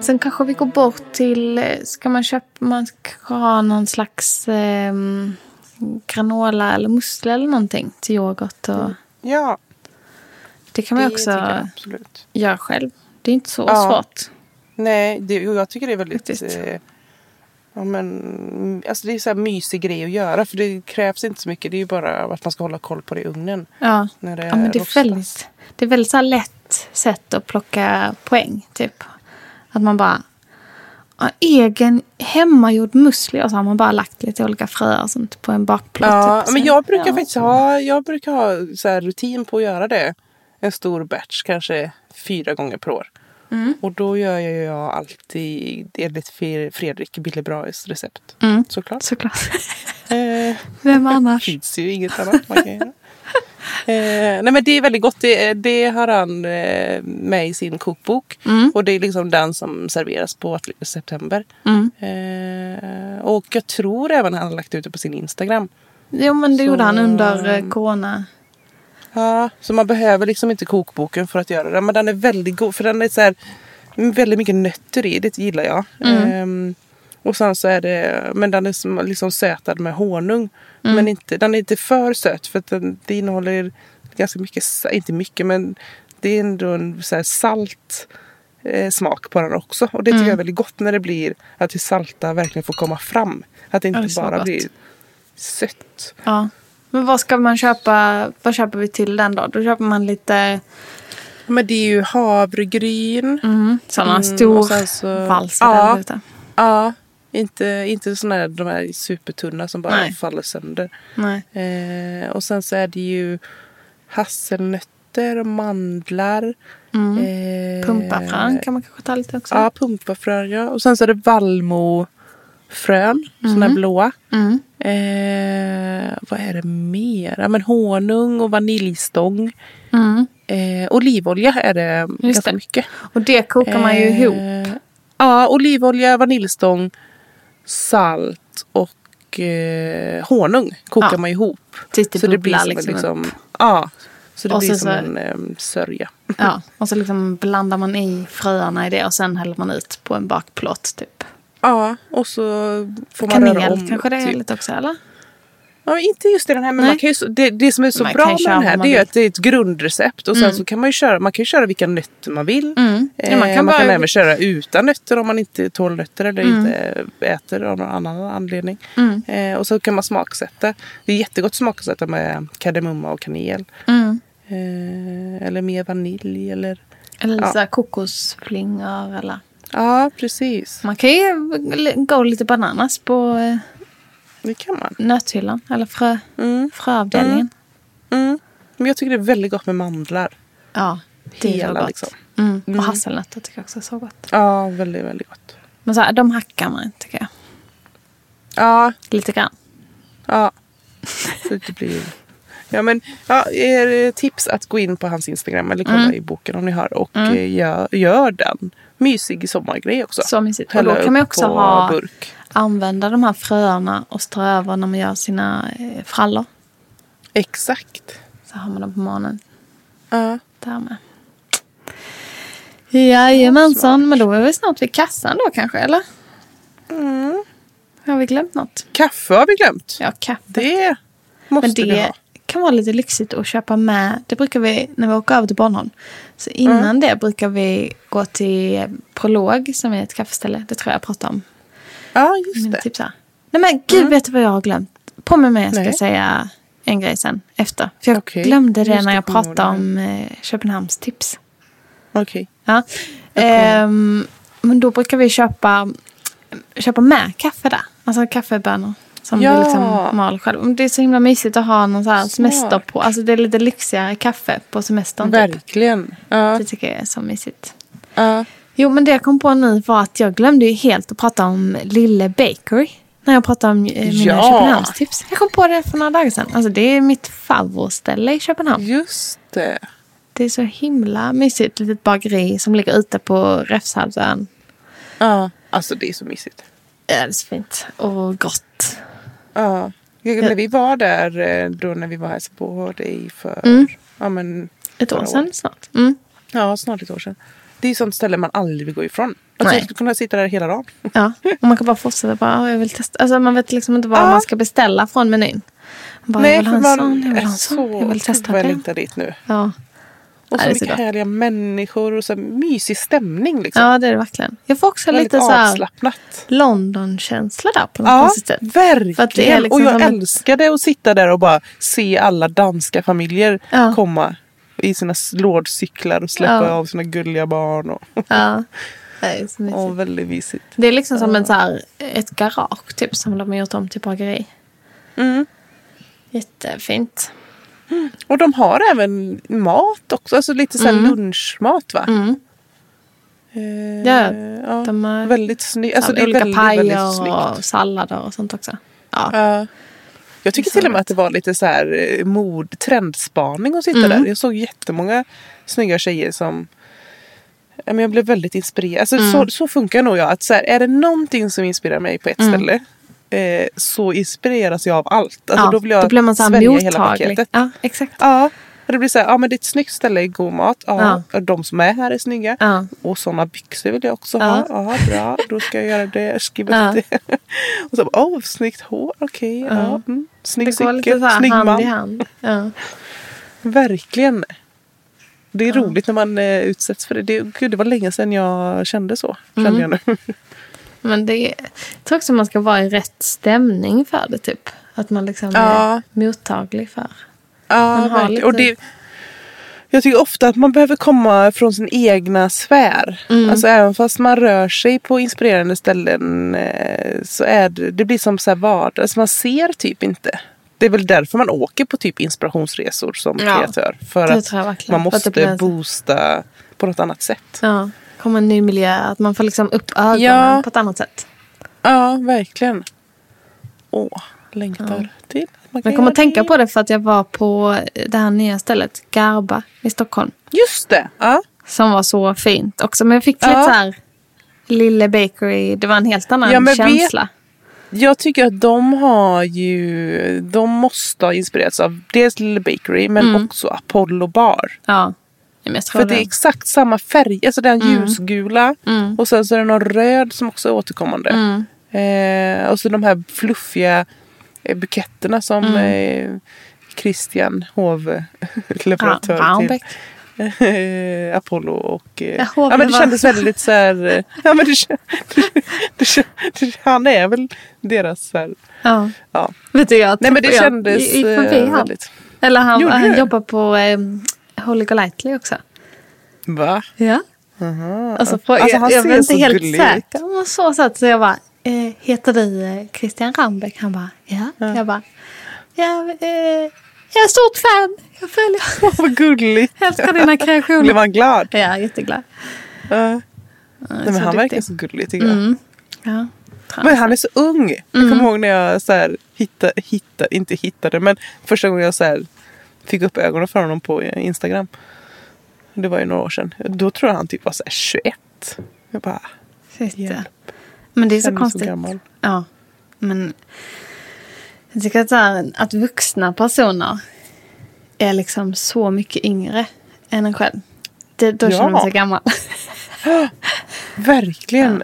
Speaker 2: Sen kanske vi går bort till... eh, Ska man köpa... Man ska ha någon slags eh, granola eller musli eller någonting till yoghurt. Och,
Speaker 1: Ja,
Speaker 2: Det kan man ju
Speaker 1: Mm. det tycker jag
Speaker 2: också
Speaker 1: absolut.
Speaker 2: göra själv. Det är inte så
Speaker 1: Ja.
Speaker 2: svårt.
Speaker 1: Nej, det, jo, jag tycker det är väldigt...
Speaker 2: Faktiskt.
Speaker 1: Eh, ja, men, alltså det är så här mysig grej att göra för det krävs inte så mycket. Det är ju bara att man ska hålla koll på det i ugnen.
Speaker 2: Ja,
Speaker 1: När det
Speaker 2: ja men det är
Speaker 1: rostas.
Speaker 2: väldigt, det är väldigt så här lätt sätt att plocka poäng. Typ. Att man bara... Ja, egen hemmagjord musli och så har man bara lagt lite olika fröer och sånt på en bakplåt.
Speaker 1: Ja,
Speaker 2: typ, och
Speaker 1: men
Speaker 2: sen-
Speaker 1: jag brukar
Speaker 2: ja.
Speaker 1: faktiskt ha, jag brukar ha så här rutin på att göra det. En stor batch, kanske fyra gånger per år.
Speaker 2: Mm.
Speaker 1: Och då gör jag, jag alltid enligt Fe- Fredrik Billebraes recept.
Speaker 2: Mm.
Speaker 1: Såklart.
Speaker 2: Såklart.
Speaker 1: Eh,
Speaker 2: Vem annars?
Speaker 1: finns ju inget annat man kan göra. Eh, nej men det är väldigt gott. Det, det har han eh, med i sin kokbok.
Speaker 2: Mm.
Speaker 1: Och det är liksom den som serveras på september.
Speaker 2: Mm.
Speaker 1: Eh, och jag tror även han har lagt ut det på sin Instagram.
Speaker 2: Jo, men det
Speaker 1: Så-
Speaker 2: gjorde han under eh, corona.
Speaker 1: Ja, så man behöver liksom inte kokboken för att göra den. Men den är väldigt god för den är så här, väldigt mycket nötter i. Det gillar jag. Ehm, och sen så är det, men den är som, liksom sötad med honung. Men inte, den är inte för söt för att den, det innehåller ganska mycket, sa- inte mycket men det är ändå en så här salt eh, smak på den också. Och det tycker jag är väldigt gott när det blir att det salta verkligen får komma fram. Att det inte
Speaker 2: det är så
Speaker 1: bara
Speaker 2: gott.
Speaker 1: blir sött.
Speaker 2: Ja. Men vad ska man köpa? Vad köper vi till den då? Då köper man lite
Speaker 1: Men det är ju havregryn.
Speaker 2: Mm, sådana
Speaker 1: Mm, och sen så-
Speaker 2: storvalsar
Speaker 1: Ja.
Speaker 2: där ute.
Speaker 1: Ja. Inte, inte såna här, de här supertunna som bara
Speaker 2: Nej.
Speaker 1: faller sönder.
Speaker 2: Nej.
Speaker 1: Eh, och sen så är det ju hasselnötter och mandlar.
Speaker 2: Mm.
Speaker 1: Eh,
Speaker 2: Pumpafrön kan man kanske ta lite också.
Speaker 1: Ja, pumpafrön. Ja. Och sen så är det vallmofrön, såna här blåa.
Speaker 2: Mm.
Speaker 1: Eh, vad är det mer? Ja, men honung och vaniljstång.
Speaker 2: Mm.
Speaker 1: Eh, olivolja är det
Speaker 2: Just
Speaker 1: ganska
Speaker 2: det.
Speaker 1: mycket.
Speaker 2: Och det kokar man ju
Speaker 1: Eh,
Speaker 2: ihop.
Speaker 1: Ja, olivolja, vaniljstång, salt och eh, honung kokar
Speaker 2: Ja.
Speaker 1: man ihop.
Speaker 2: Tills det
Speaker 1: så det blir
Speaker 2: bubblar
Speaker 1: som en,
Speaker 2: liksom.
Speaker 1: liksom, ja, så det
Speaker 2: Och
Speaker 1: blir
Speaker 2: sen
Speaker 1: som
Speaker 2: så-
Speaker 1: en eh, sörja.
Speaker 2: Ja. Och så liksom blandar man i fröerna i det och sen häller man ut på en bakplåt typ.
Speaker 1: Ja, och så får man röra
Speaker 2: Kanel
Speaker 1: om.
Speaker 2: kanske det är
Speaker 1: typ.
Speaker 2: lite också eller?
Speaker 1: Ja, men inte just i den här, men
Speaker 2: Nej.
Speaker 1: man kan ju, så- det, det som är så
Speaker 2: Man
Speaker 1: bra
Speaker 2: kan ju
Speaker 1: med
Speaker 2: köra
Speaker 1: den här
Speaker 2: vad man
Speaker 1: det är ju
Speaker 2: vill.
Speaker 1: att det är ett grundrecept. Och sen så kan man ju köra, man kan ju köra vilka nötter man vill.
Speaker 2: Mm.
Speaker 1: Eh,
Speaker 2: Ja, man kan
Speaker 1: man kan
Speaker 2: bara- Mm.
Speaker 1: även köra utan nötter om man inte tål nötter eller inte äter av någon annan anledning. Eh, och så kan man smaksätta. Det är jättegott att smaksätta med kardemumma och kanel.
Speaker 2: Mm.
Speaker 1: Eh, eller mer vanilj eller...
Speaker 2: Eller lite
Speaker 1: Ja.
Speaker 2: så här kokosflingor eller.
Speaker 1: Ja, precis.
Speaker 2: Man kan ju gå lite bananas på eh,
Speaker 1: Det kan man.
Speaker 2: nöthyllan eller frö,
Speaker 1: Mm.
Speaker 2: fröavdelningen.
Speaker 1: Mm. Men jag tycker det är väldigt gott med mandlar.
Speaker 2: Ja, det
Speaker 1: Hela
Speaker 2: var gott.
Speaker 1: liksom.
Speaker 2: Mm. Och hasselnötter tycker jag också är så gott.
Speaker 1: Ja, väldigt, väldigt gott.
Speaker 2: Men så här, de hackar man tycker jag.
Speaker 1: Ja,
Speaker 2: Lite grann.
Speaker 1: Ja. Så det blir... Ja, men, ja, er tips att gå in på hans Instagram eller kolla
Speaker 2: Mm.
Speaker 1: i boken om ni har. Och eh, gör, gör den. Mysig sommargrej också.
Speaker 2: Så mysigt. Och
Speaker 1: Hälla
Speaker 2: då kan man
Speaker 1: upp
Speaker 2: också
Speaker 1: på
Speaker 2: ha,
Speaker 1: burk.
Speaker 2: använda de här fröerna och strö över när man gör sina eh, frallor.
Speaker 1: Exakt.
Speaker 2: Så har man dem på morgonen.
Speaker 1: Ja.
Speaker 2: Där med. Jajamensan, men då är vi snart vid kassan då kanske, eller?
Speaker 1: Mm.
Speaker 2: Har vi glömt något?
Speaker 1: Kaffe har vi glömt.
Speaker 2: Ja, kaffe.
Speaker 1: Det måste
Speaker 2: Men
Speaker 1: vi
Speaker 2: det
Speaker 1: ha.
Speaker 2: kan vara lite lyxigt att köpa med. Det brukar vi när vi åker över till Bornholm. Så innan
Speaker 1: Mm.
Speaker 2: det brukar vi gå till Prolog som är ett kaffeställe. Det tror jag jag pratade om.
Speaker 1: Ja,
Speaker 2: i
Speaker 1: just det.
Speaker 2: Mina
Speaker 1: Mm.
Speaker 2: tips här. Nej men gud, vet du vad jag har glömt? På med mig, jag ska
Speaker 1: Nej.
Speaker 2: säga en grej sen efter. För jag
Speaker 1: Okej.
Speaker 2: glömde
Speaker 1: Nu
Speaker 2: det
Speaker 1: ska
Speaker 2: när jag
Speaker 1: jag komma
Speaker 2: pratade
Speaker 1: ihåg det
Speaker 2: om eh, Köpenhamns tips.
Speaker 1: Okej.
Speaker 2: Ja. Ehm, men då brukar vi köpa, köpa med kaffe där. Alltså kaffebönor. Som
Speaker 1: Ja.
Speaker 2: vi liksom mal själv. Men Det är så himla mysigt att ha någon så här semester på. Alltså det är lite lyxigare kaffe på semestern. Typ.
Speaker 1: Verkligen. Ja.
Speaker 2: Det tycker jag är så mysigt.
Speaker 1: Ja.
Speaker 2: Jo men det jag kom på nu var att jag glömde ju helt att prata om Lille Bakery. När jag pratade om eh, mina
Speaker 1: Ja.
Speaker 2: Köpenhamnstips. Jag kom på det för några dagar sedan. Alltså det är mitt favoritställe i
Speaker 1: Mm.
Speaker 2: Köpenhamn.
Speaker 1: Just det.
Speaker 2: Det är så himla mysigt. Litet bageri som ligger ute på Räfshalvön.
Speaker 1: Ja. Alltså det är så mysigt.
Speaker 2: Ja, det är så fint. Och gott.
Speaker 1: Ja. Jag- När vi var där eh, då när vi var här så på dig för
Speaker 2: Mm.
Speaker 1: ja, men,
Speaker 2: Ett år
Speaker 1: förra
Speaker 2: sedan snart. Mm.
Speaker 1: Ja, snart ett år sedan. Det är ju sånt ställe man aldrig vill gå ifrån. Alltså,
Speaker 2: Nej.
Speaker 1: jag skulle kunna sitta där hela dagen.
Speaker 2: Ja. Och man kan bara fortsätta. Bara, "Ah, jag vill testa. Alltså, man vet liksom inte vad
Speaker 1: Ja.
Speaker 2: man ska beställa från menyn. Man Bara, jag vill ha
Speaker 1: för
Speaker 2: en
Speaker 1: man
Speaker 2: sån, jag vill
Speaker 1: är
Speaker 2: ha en sån, jag vill
Speaker 1: så-
Speaker 2: testa
Speaker 1: vad jag
Speaker 2: den.
Speaker 1: längtar dit nu.
Speaker 2: Ja.
Speaker 1: Och
Speaker 2: Ja,
Speaker 1: så
Speaker 2: det är så
Speaker 1: mycket
Speaker 2: gott.
Speaker 1: härliga människor och så mysig stämning. Liksom.
Speaker 2: ja, det är det verkligen. Jag får också
Speaker 1: Väldigt
Speaker 2: lite så här
Speaker 1: avslappnat.
Speaker 2: London-känsla där på något
Speaker 1: Ja,
Speaker 2: konstigt sätt.
Speaker 1: verkligen.
Speaker 2: För att det är liksom
Speaker 1: och jag
Speaker 2: som ett-
Speaker 1: älskade att sitta där och bara se alla danska familjer
Speaker 2: Ja.
Speaker 1: komma i sina s- lådcyklar och släppa
Speaker 2: Ja.
Speaker 1: av sina gulliga barn. Och,
Speaker 2: Ja. Det är, så mysigt.
Speaker 1: och väldigt mysigt.
Speaker 2: det är liksom som en så här, ett garage typ som de har gjort om till bageri.
Speaker 1: Mm.
Speaker 2: Jättefint.
Speaker 1: Och de har även mat också, alltså lite så här lunchmat va?
Speaker 2: Mm.
Speaker 1: Eh,
Speaker 2: Ja,
Speaker 1: ja.
Speaker 2: de har-
Speaker 1: väldigt snyggt. Alltså,
Speaker 2: Så
Speaker 1: det är
Speaker 2: olika
Speaker 1: väldigt, väldigt snyggt.
Speaker 2: pajer och sallader och sånt också. Ja.
Speaker 1: Ja. alltså, jag tycker
Speaker 2: Det är
Speaker 1: till och med
Speaker 2: sant.
Speaker 1: att det var lite så här eh, mod, trendspaning att sitta
Speaker 2: Mm.
Speaker 1: där. Jag såg jättemånga snygga tjejer som ja, men jag blev väldigt inspirerad. Alltså,
Speaker 2: Mm.
Speaker 1: så, så funkar nog jag. Att så här, är det någonting som inspirerar mig på ett
Speaker 2: Mm.
Speaker 1: ställe eh, så inspireras jag av allt. Alltså,
Speaker 2: ja,
Speaker 1: då, vill jag
Speaker 2: blir man så här
Speaker 1: svälja
Speaker 2: mottaglig. Ja, exakt.
Speaker 1: Ja. Och det blir så här, ja men det är ett snyggt ställe, god mat. Ja. Och De som är här är snygga.
Speaker 2: Ja.
Speaker 1: Och sådana byxor vill jag också
Speaker 2: Ja.
Speaker 1: ha. Ja, bra. Då ska jag göra det. Jag skriver
Speaker 2: Ja.
Speaker 1: upp det. Och så, åh, oh, snyggt hår. Okej. ja.
Speaker 2: Ja.
Speaker 1: Mm. Snygg
Speaker 2: Det går lite
Speaker 1: cykel.
Speaker 2: så här
Speaker 1: Snygg
Speaker 2: hand i
Speaker 1: man.
Speaker 2: hand. Ja.
Speaker 1: Verkligen. Det är roligt när man eh, utsätts för det. det. Gud, det var länge sedan jag kände så.
Speaker 2: Mm.
Speaker 1: Kände jag nu.
Speaker 2: Men det är, jag tror också man ska vara i rätt stämning för det typ. Att man liksom
Speaker 1: Ja.
Speaker 2: är mottaglig för.
Speaker 1: Ja,
Speaker 2: Man har typ-
Speaker 1: verkligen. Och
Speaker 2: lite-
Speaker 1: det, Jag tycker ofta att man behöver komma från sin egna sfär.
Speaker 2: Mm.
Speaker 1: Alltså även fast man rör sig på inspirerande ställen eh, så är det, det blir som så här vardag. Alltså man ser typ inte. Det är väl därför man åker på typ inspirationsresor som
Speaker 2: Ja,
Speaker 1: kreatör. För
Speaker 2: det
Speaker 1: att
Speaker 2: tror jag verkligen.
Speaker 1: man
Speaker 2: För att det
Speaker 1: måste
Speaker 2: blir en-
Speaker 1: boosta på något annat sätt.
Speaker 2: Ja, komma en ny miljö. Att man får liksom upp ögonen
Speaker 1: Ja.
Speaker 2: på ett annat sätt.
Speaker 1: Ja, verkligen. Åh, längtar till att man kan
Speaker 2: Men jag kommer
Speaker 1: göra
Speaker 2: att tänka på det för att jag var på det här nya stället, Garba i Stockholm.
Speaker 1: Just det! Ja.
Speaker 2: Som var så fint också. Men jag fick lite
Speaker 1: Ja.
Speaker 2: så här, Lille Bakery, det var en helt annan
Speaker 1: Ja, men
Speaker 2: känsla.
Speaker 1: Jag tycker att de har ju... De måste ha inspirerats av dels Lille Bakery men
Speaker 2: Mm.
Speaker 1: också Apollo Bar.
Speaker 2: Ja. Ja, Men jag tror
Speaker 1: För det är
Speaker 2: det.
Speaker 1: exakt samma färg. Alltså den
Speaker 2: Mm.
Speaker 1: ljusgula och sen så är det någon röd som också är återkommande.
Speaker 2: Mm.
Speaker 1: Eh, och så de här fluffiga eh, buketterna som
Speaker 2: Mm.
Speaker 1: eh, Christian Hov, leverantör
Speaker 2: Ja,
Speaker 1: till
Speaker 2: Baumbeck.
Speaker 1: eh, Apollo och... Eh,
Speaker 2: Ja,
Speaker 1: ja,
Speaker 2: Hov,
Speaker 1: men
Speaker 2: det
Speaker 1: det
Speaker 2: var-
Speaker 1: kändes väldigt så här... eh, Ja, men det, kän- det, kän- det, han är väl deras så här...
Speaker 2: Ja.
Speaker 1: Ja.
Speaker 2: Vet du, jag,
Speaker 1: Nej men det
Speaker 2: jag
Speaker 1: kändes
Speaker 2: gick förbi
Speaker 1: eh,
Speaker 2: han.
Speaker 1: väldigt...
Speaker 2: Eller han,
Speaker 1: Gjorde
Speaker 2: han
Speaker 1: du?
Speaker 2: jobbar på eh, Holy Golightly också.
Speaker 1: Va?
Speaker 2: Ja. Alltså, för,
Speaker 1: Alltså,
Speaker 2: jag,
Speaker 1: han
Speaker 2: jag
Speaker 1: ser
Speaker 2: var inte
Speaker 1: så
Speaker 2: helt
Speaker 1: gullig ut.
Speaker 2: säker. Han var så söt. Så jag bara, eh, heter du eh, Christian Rambeck? Han bara, ja. Jag bara, ja, eh, jag är stort fan. Jag följer.
Speaker 1: Vad gulligt!
Speaker 2: Älskar dina
Speaker 1: Blev
Speaker 2: kreationer.
Speaker 1: han glad?
Speaker 2: Ja, jag är jätteglad.
Speaker 1: Ja.
Speaker 2: är
Speaker 1: Nej, men
Speaker 2: så
Speaker 1: han verkar
Speaker 2: duktig.
Speaker 1: så gullig tycker jag.
Speaker 2: Ja.
Speaker 1: Men han är så ung. Jag kommer ihåg när jag så här, hitta, hitta, inte hittade, men första gången jag så här, fick upp ögonen för honom på eh, Instagram. Det var ju några år sedan. Då tror jag han typ var så här 21. Jag bara,
Speaker 2: Shit, ja.
Speaker 1: Hjälp.
Speaker 2: Men det är så
Speaker 1: Känner mig så
Speaker 2: konstigt.
Speaker 1: gammal.
Speaker 2: ja. Men jag tycker att, så här, att vuxna personer är liksom så mycket yngre än en själv. Det, då
Speaker 1: Ja.
Speaker 2: känner man sig gammal.
Speaker 1: verkligen.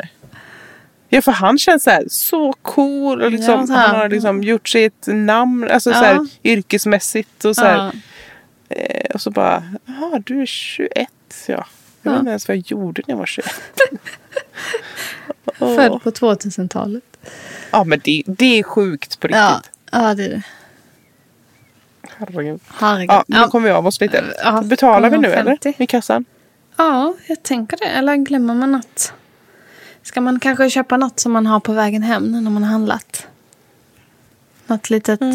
Speaker 1: Ja. för han känns så, här, så cool och liksom,
Speaker 2: Ja, så här.
Speaker 1: han har liksom gjort sitt namn alltså
Speaker 2: Ja.
Speaker 1: så här, yrkesmässigt och så
Speaker 2: Ja.
Speaker 1: här. Eh, och så bara, jaha du är 21 ja. Jag vet inte ens vad jag gjorde när jag var 21. Åh.
Speaker 2: Född på 2000-talet.
Speaker 1: Ja men det, det är sjukt på riktigt.
Speaker 2: Ja, ja, det är det.
Speaker 1: Herregud.
Speaker 2: Herregud.
Speaker 1: Ja, nu
Speaker 2: Ja.
Speaker 1: kommer vi av oss lite.
Speaker 2: Ja,
Speaker 1: Betalar vi nu
Speaker 2: 150.
Speaker 1: eller? I kassan?
Speaker 2: Ja, jag tänker det. Eller glömmer man något? Ska man kanske köpa något som man har på vägen hem nu när man har handlat? Något litet, eh,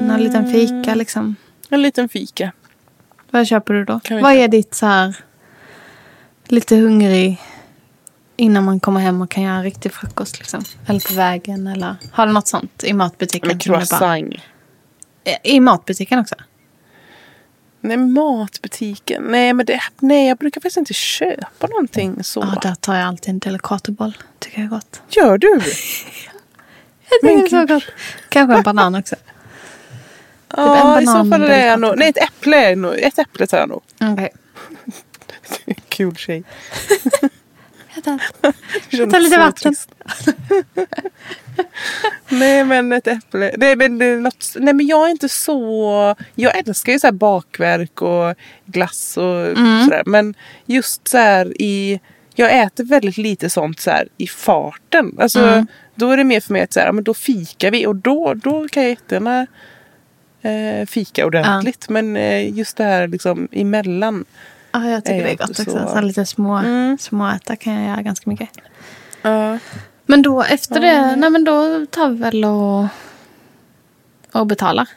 Speaker 2: någon liten fika liksom.
Speaker 1: En liten fika.
Speaker 2: Vad köper du då?
Speaker 1: Kan vi
Speaker 2: Vad
Speaker 1: ta-
Speaker 2: är ditt så här lite hungrig innan man kommer hem och kan göra riktig frukost liksom? Eller på vägen eller har du något sånt i matbutiken?
Speaker 1: Med
Speaker 2: som du bara-
Speaker 1: croissant.
Speaker 2: I matbutiken också?
Speaker 1: Nej matbutiken. Nej men det, nej jag brukar faktiskt inte köpa någonting så.
Speaker 2: Ja, där tar jag alltid en delicatoboll. Tycker jag är gott.
Speaker 1: Gör du?
Speaker 2: Jag
Speaker 1: Men
Speaker 2: tycker det är så
Speaker 1: gud.
Speaker 2: gott. Kanske en banan också.
Speaker 1: Ja
Speaker 2: en
Speaker 1: i så
Speaker 2: banan
Speaker 1: fall är
Speaker 2: delikata.
Speaker 1: jag nog. Nej ett äpple är nog. Ett äpple tar jag nog.
Speaker 2: Okej.
Speaker 1: Kul tjej.
Speaker 2: Jag tar-
Speaker 1: Det
Speaker 2: Jag tar
Speaker 1: kändes
Speaker 2: lite
Speaker 1: så
Speaker 2: vatten.
Speaker 1: trist. Nej men ett äpple. Nej men, det är något, nej men jag är inte så. Jag älskar ju så här bakverk och glass och
Speaker 2: Mm.
Speaker 1: sådär. Men just så här i. Jag äter väldigt lite sånt så här i farten. Alltså,
Speaker 2: Mm.
Speaker 1: Då är det mer för mig att så här, ja, men då fikar vi och då, då kan jag jättegärna eh, fika ordentligt. Men eh, just det här liksom emellan.
Speaker 2: Ja, jag tycker
Speaker 1: Är
Speaker 2: det är
Speaker 1: jag
Speaker 2: gott
Speaker 1: inte
Speaker 2: också.
Speaker 1: så-
Speaker 2: Så här lite små,
Speaker 1: Mm.
Speaker 2: små äta kan jag göra ganska mycket.
Speaker 1: Ja.
Speaker 2: Men då efter det, nej men då tar vi väl och, och betalar.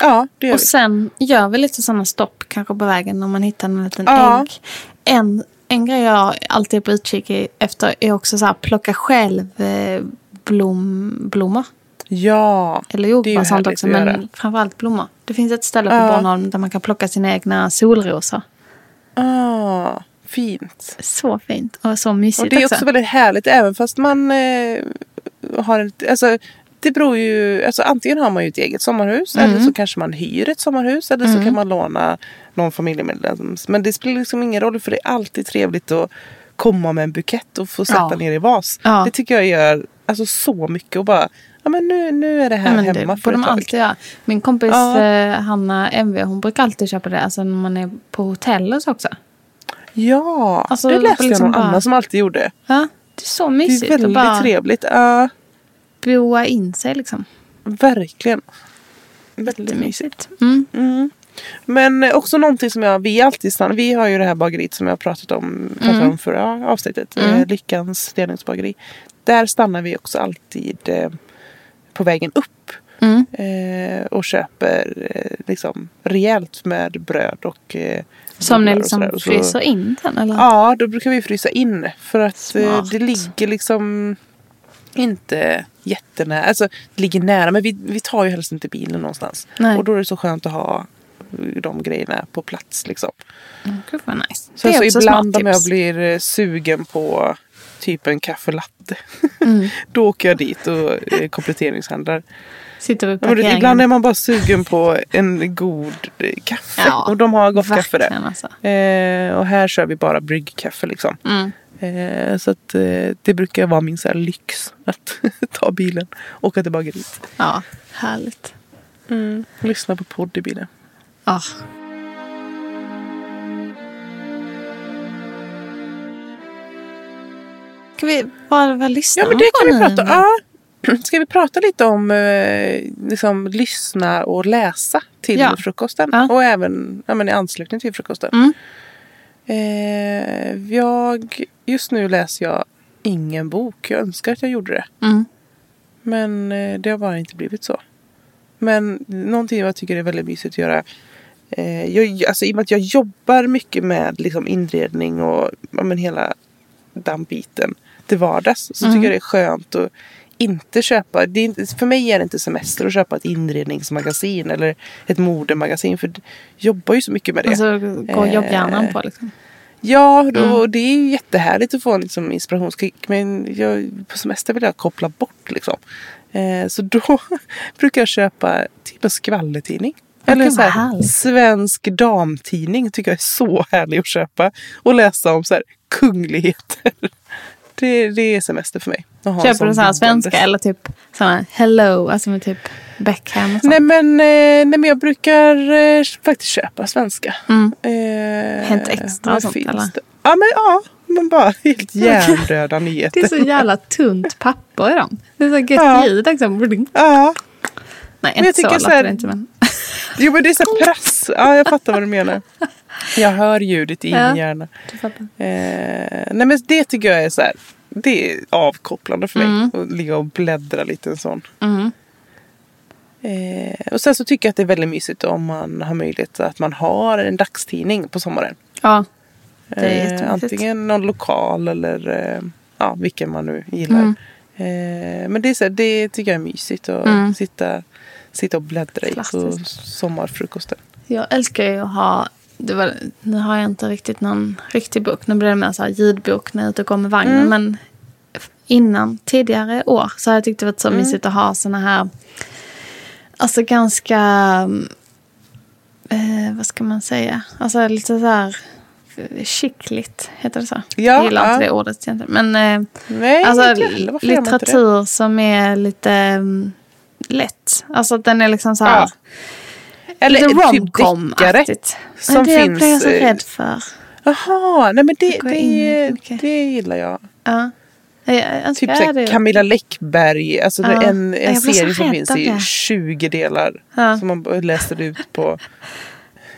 Speaker 1: ja, det gör
Speaker 2: Och
Speaker 1: vi.
Speaker 2: sen gör vi lite sådana stopp kanske på vägen om man hittar en liten
Speaker 1: Ja.
Speaker 2: ägg. En, en grej jag alltid är på utkik i- efter är också så här plocka själv eh, blom, blommor.
Speaker 1: Ja.
Speaker 2: Eller
Speaker 1: Det är
Speaker 2: jordbär
Speaker 1: ju
Speaker 2: och sånt
Speaker 1: härligt
Speaker 2: också
Speaker 1: att göra.
Speaker 2: men framförallt blommor. Det finns ett ställe på
Speaker 1: Ja.
Speaker 2: Bornholm där man kan plocka sina egna solrosor.
Speaker 1: Ah, fint.
Speaker 2: Så fint och så mysigt
Speaker 1: Och det är också
Speaker 2: också.
Speaker 1: väldigt härligt även fast man eh, har ett, alltså det beror ju, alltså antingen har man ju ett eget sommarhus
Speaker 2: Mm.
Speaker 1: eller så kanske man hyr ett sommarhus eller så kan man låna någon familjemedlems. Men det spelar liksom ingen roll för det är alltid trevligt att komma med en bukett och få sätta
Speaker 2: Ja.
Speaker 1: ner i vas.
Speaker 2: Ja.
Speaker 1: Det tycker jag gör alltså, så mycket och bara, ja men nu, nu är det här
Speaker 2: Ja, men
Speaker 1: hemma
Speaker 2: det
Speaker 1: för
Speaker 2: borde
Speaker 1: ett
Speaker 2: man
Speaker 1: tag.
Speaker 2: alltid göra. Min kompis
Speaker 1: Ja.
Speaker 2: eh, Hanna MV, hon brukar alltid köpa det. Alltså när man är på hotell och så också.
Speaker 1: Ja,
Speaker 2: Alltså,
Speaker 1: det läste
Speaker 2: liksom
Speaker 1: jag någon
Speaker 2: bara-
Speaker 1: annan som alltid gjorde.
Speaker 2: Ja, det är så
Speaker 1: Det är
Speaker 2: mysigt att
Speaker 1: väldigt
Speaker 2: bara
Speaker 1: trevligt. Ja,
Speaker 2: boa in sig liksom.
Speaker 1: verkligen. Väldigt
Speaker 2: Jättemysigt. Mm.
Speaker 1: Mm. Men också någonting som jag, vi alltid stannar, vi har ju det här bageriet som jag pratat om, pratade
Speaker 2: Mm.
Speaker 1: om förra avsnittet, eh, Lyckans delningsbageri. Där stannar vi också alltid eh, på vägen upp
Speaker 2: Mm.
Speaker 1: eh, och köper eh, liksom rejält med bröd och eh,
Speaker 2: Som ni
Speaker 1: bullar och
Speaker 2: liksom
Speaker 1: sådär. Och så-
Speaker 2: fryser in den eller?
Speaker 1: Ja, då brukar vi frysa in för att eh,
Speaker 2: Smart.
Speaker 1: det ligger liksom inte jättenära. Alltså det ligger nära men vi, vi tar ju helst inte bilen någonstans.
Speaker 2: Nej.
Speaker 1: Och då är det så skönt att ha eh, de grejerna på plats liksom.
Speaker 2: Mm, Gud vad nice.
Speaker 1: Så
Speaker 2: det är
Speaker 1: alltså,
Speaker 2: också
Speaker 1: ibland
Speaker 2: smart
Speaker 1: om jag
Speaker 2: tips.
Speaker 1: blir eh, sugen på typ en kaffelatte.
Speaker 2: Mm.
Speaker 1: då åker jag dit och eh, kompletteringshandlar.
Speaker 2: Sitter vid
Speaker 1: Ja, men det-
Speaker 2: parkeringen.
Speaker 1: Ibland är man bara sugen på en god eh, kaffe.
Speaker 2: Ja,
Speaker 1: och de har gott kaffe där.
Speaker 2: verkligen, alltså.
Speaker 1: Eh, och här kör vi bara bryggkaffe liksom.
Speaker 2: Mm.
Speaker 1: Eh, så att, eh, det brukar vara min så här lyx att ta bilen, åka till bageriet,
Speaker 2: Ja, härligt.
Speaker 1: lyssna på podd i bilen.
Speaker 2: Ja. Ska vi bara, bara lyssna
Speaker 1: Ja men det kan vi
Speaker 2: på nu?
Speaker 1: prata om. Ja. Ska vi prata lite om eh, liksom, lyssna och läsa till
Speaker 2: Ja.
Speaker 1: frukosten
Speaker 2: Ja.
Speaker 1: och även ja, men i anslutning till frukosten.
Speaker 2: Mm.
Speaker 1: Eh, jag, just nu läser jag ingen bok. Jag önskar att jag gjorde det.
Speaker 2: Mm.
Speaker 1: Men eh, det har bara inte blivit så. Men någonting jag tycker är väldigt mysigt att göra. Eh, jag, alltså, I och med att jag jobbar mycket med liksom, inredning och ja, men, hela den biten till vardags. Så tycker jag det är skönt att inte köpa. Det är inte, för mig är det inte semester att köpa ett inredningsmagasin eller ett modemagasin. För jag jobbar ju så mycket med det. Eh,
Speaker 2: Alltså, går jobbhjärnan på liksom.
Speaker 1: Ja, då,
Speaker 2: Mm.
Speaker 1: det är ju jättehärligt att få en liksom, inspirationskick. Men jag, på semester vill jag koppla bort liksom. Eh, så då brukar jag köpa typ en skvallertidning. Eller en
Speaker 2: gud,
Speaker 1: så
Speaker 2: vad
Speaker 1: här,
Speaker 2: härligt.
Speaker 1: svensk damtidning tycker jag är så härlig att köpa. Och läsa om så här, kungligheter. Det, det är semester för mig. att ha en
Speaker 2: Köper
Speaker 1: sån
Speaker 2: du sådana här
Speaker 1: liggandes.
Speaker 2: svenska eller typ sådana hello, alltså med typ Beckham och sånt?
Speaker 1: Nej men, eh, nej men jag brukar eh, faktiskt köpa svenska.
Speaker 2: Mm.
Speaker 1: Eh,
Speaker 2: Hänt Extra och
Speaker 1: vad
Speaker 2: sånt,
Speaker 1: finns
Speaker 2: eller?
Speaker 1: det? Ja men ja. Men bara helt hjärndöda
Speaker 2: Det
Speaker 1: nyheter.
Speaker 2: är så jävla tunt papper i dem. Det är så gött
Speaker 1: Ja.
Speaker 2: ljud liksom. Bling.
Speaker 1: Ja.
Speaker 2: Nej,
Speaker 1: jag
Speaker 2: inte så
Speaker 1: tycker
Speaker 2: låter
Speaker 1: så här-
Speaker 2: det inte men.
Speaker 1: Jo men det är så här prass. Ja jag fattar vad du menar. Jag hör ljudet i
Speaker 2: Ja.
Speaker 1: min hjärna.
Speaker 2: Du fattar.
Speaker 1: Eh, nej men det tycker jag är så här. Det är avkopplande för mig. Att ligga och bläddra lite en sån.
Speaker 2: Mm.
Speaker 1: Eh, och sen så tycker jag att det är väldigt mysigt om man har möjlighet att man har en dagstidning på sommaren.
Speaker 2: Ja, det är
Speaker 1: Eh,
Speaker 2: jättemysigt.
Speaker 1: antingen någon lokal eller eh, ja, vilken man nu gillar. Eh, men det, är så här, det tycker jag är mysigt att
Speaker 2: Mm.
Speaker 1: sitta, sitta och bläddra i på
Speaker 2: Klassiskt.
Speaker 1: sommarfrukosten.
Speaker 2: Jag älskar ju att ha, det var, nu har jag inte riktigt någon riktig bok. Nu blir det mer så här ljudbok när jag är ute och går med vagnen.
Speaker 1: Mm.
Speaker 2: Men f- innan, tidigare år, så har jag tyckt det varit så
Speaker 1: Mm.
Speaker 2: mysigt att ha såna här, alltså ganska, eh, vad ska man säga, alltså lite så här eh, skickligt, heter det så?
Speaker 1: Ja,
Speaker 2: jag gillar
Speaker 1: ja.
Speaker 2: inte det ordet egentligen. Men eh,
Speaker 1: Nej,
Speaker 2: alltså,
Speaker 1: inte heller. Varför gör man inte det?
Speaker 2: litteratur som är lite mm, lätt. Alltså att den är liksom så här.
Speaker 1: Ja. Eller
Speaker 2: Lite
Speaker 1: typ deckare.
Speaker 2: romcom-aktigt.
Speaker 1: som
Speaker 2: Ja, det
Speaker 1: finns,
Speaker 2: blir jag så
Speaker 1: eh,
Speaker 2: rädd för.
Speaker 1: Jaha, nej men det,
Speaker 2: går jag in i,
Speaker 1: det,
Speaker 2: okej.
Speaker 1: det gillar jag.
Speaker 2: Ja. alltså, Jag, jag önskar
Speaker 1: Typ
Speaker 2: jag hade
Speaker 1: såhär, Camilla Läckberg, alltså
Speaker 2: Ja.
Speaker 1: en,
Speaker 2: Jag
Speaker 1: en
Speaker 2: blir så
Speaker 1: serie som
Speaker 2: rädd
Speaker 1: finns
Speaker 2: av det.
Speaker 1: i 20 delar.
Speaker 2: Ja.
Speaker 1: Som man läser ut på.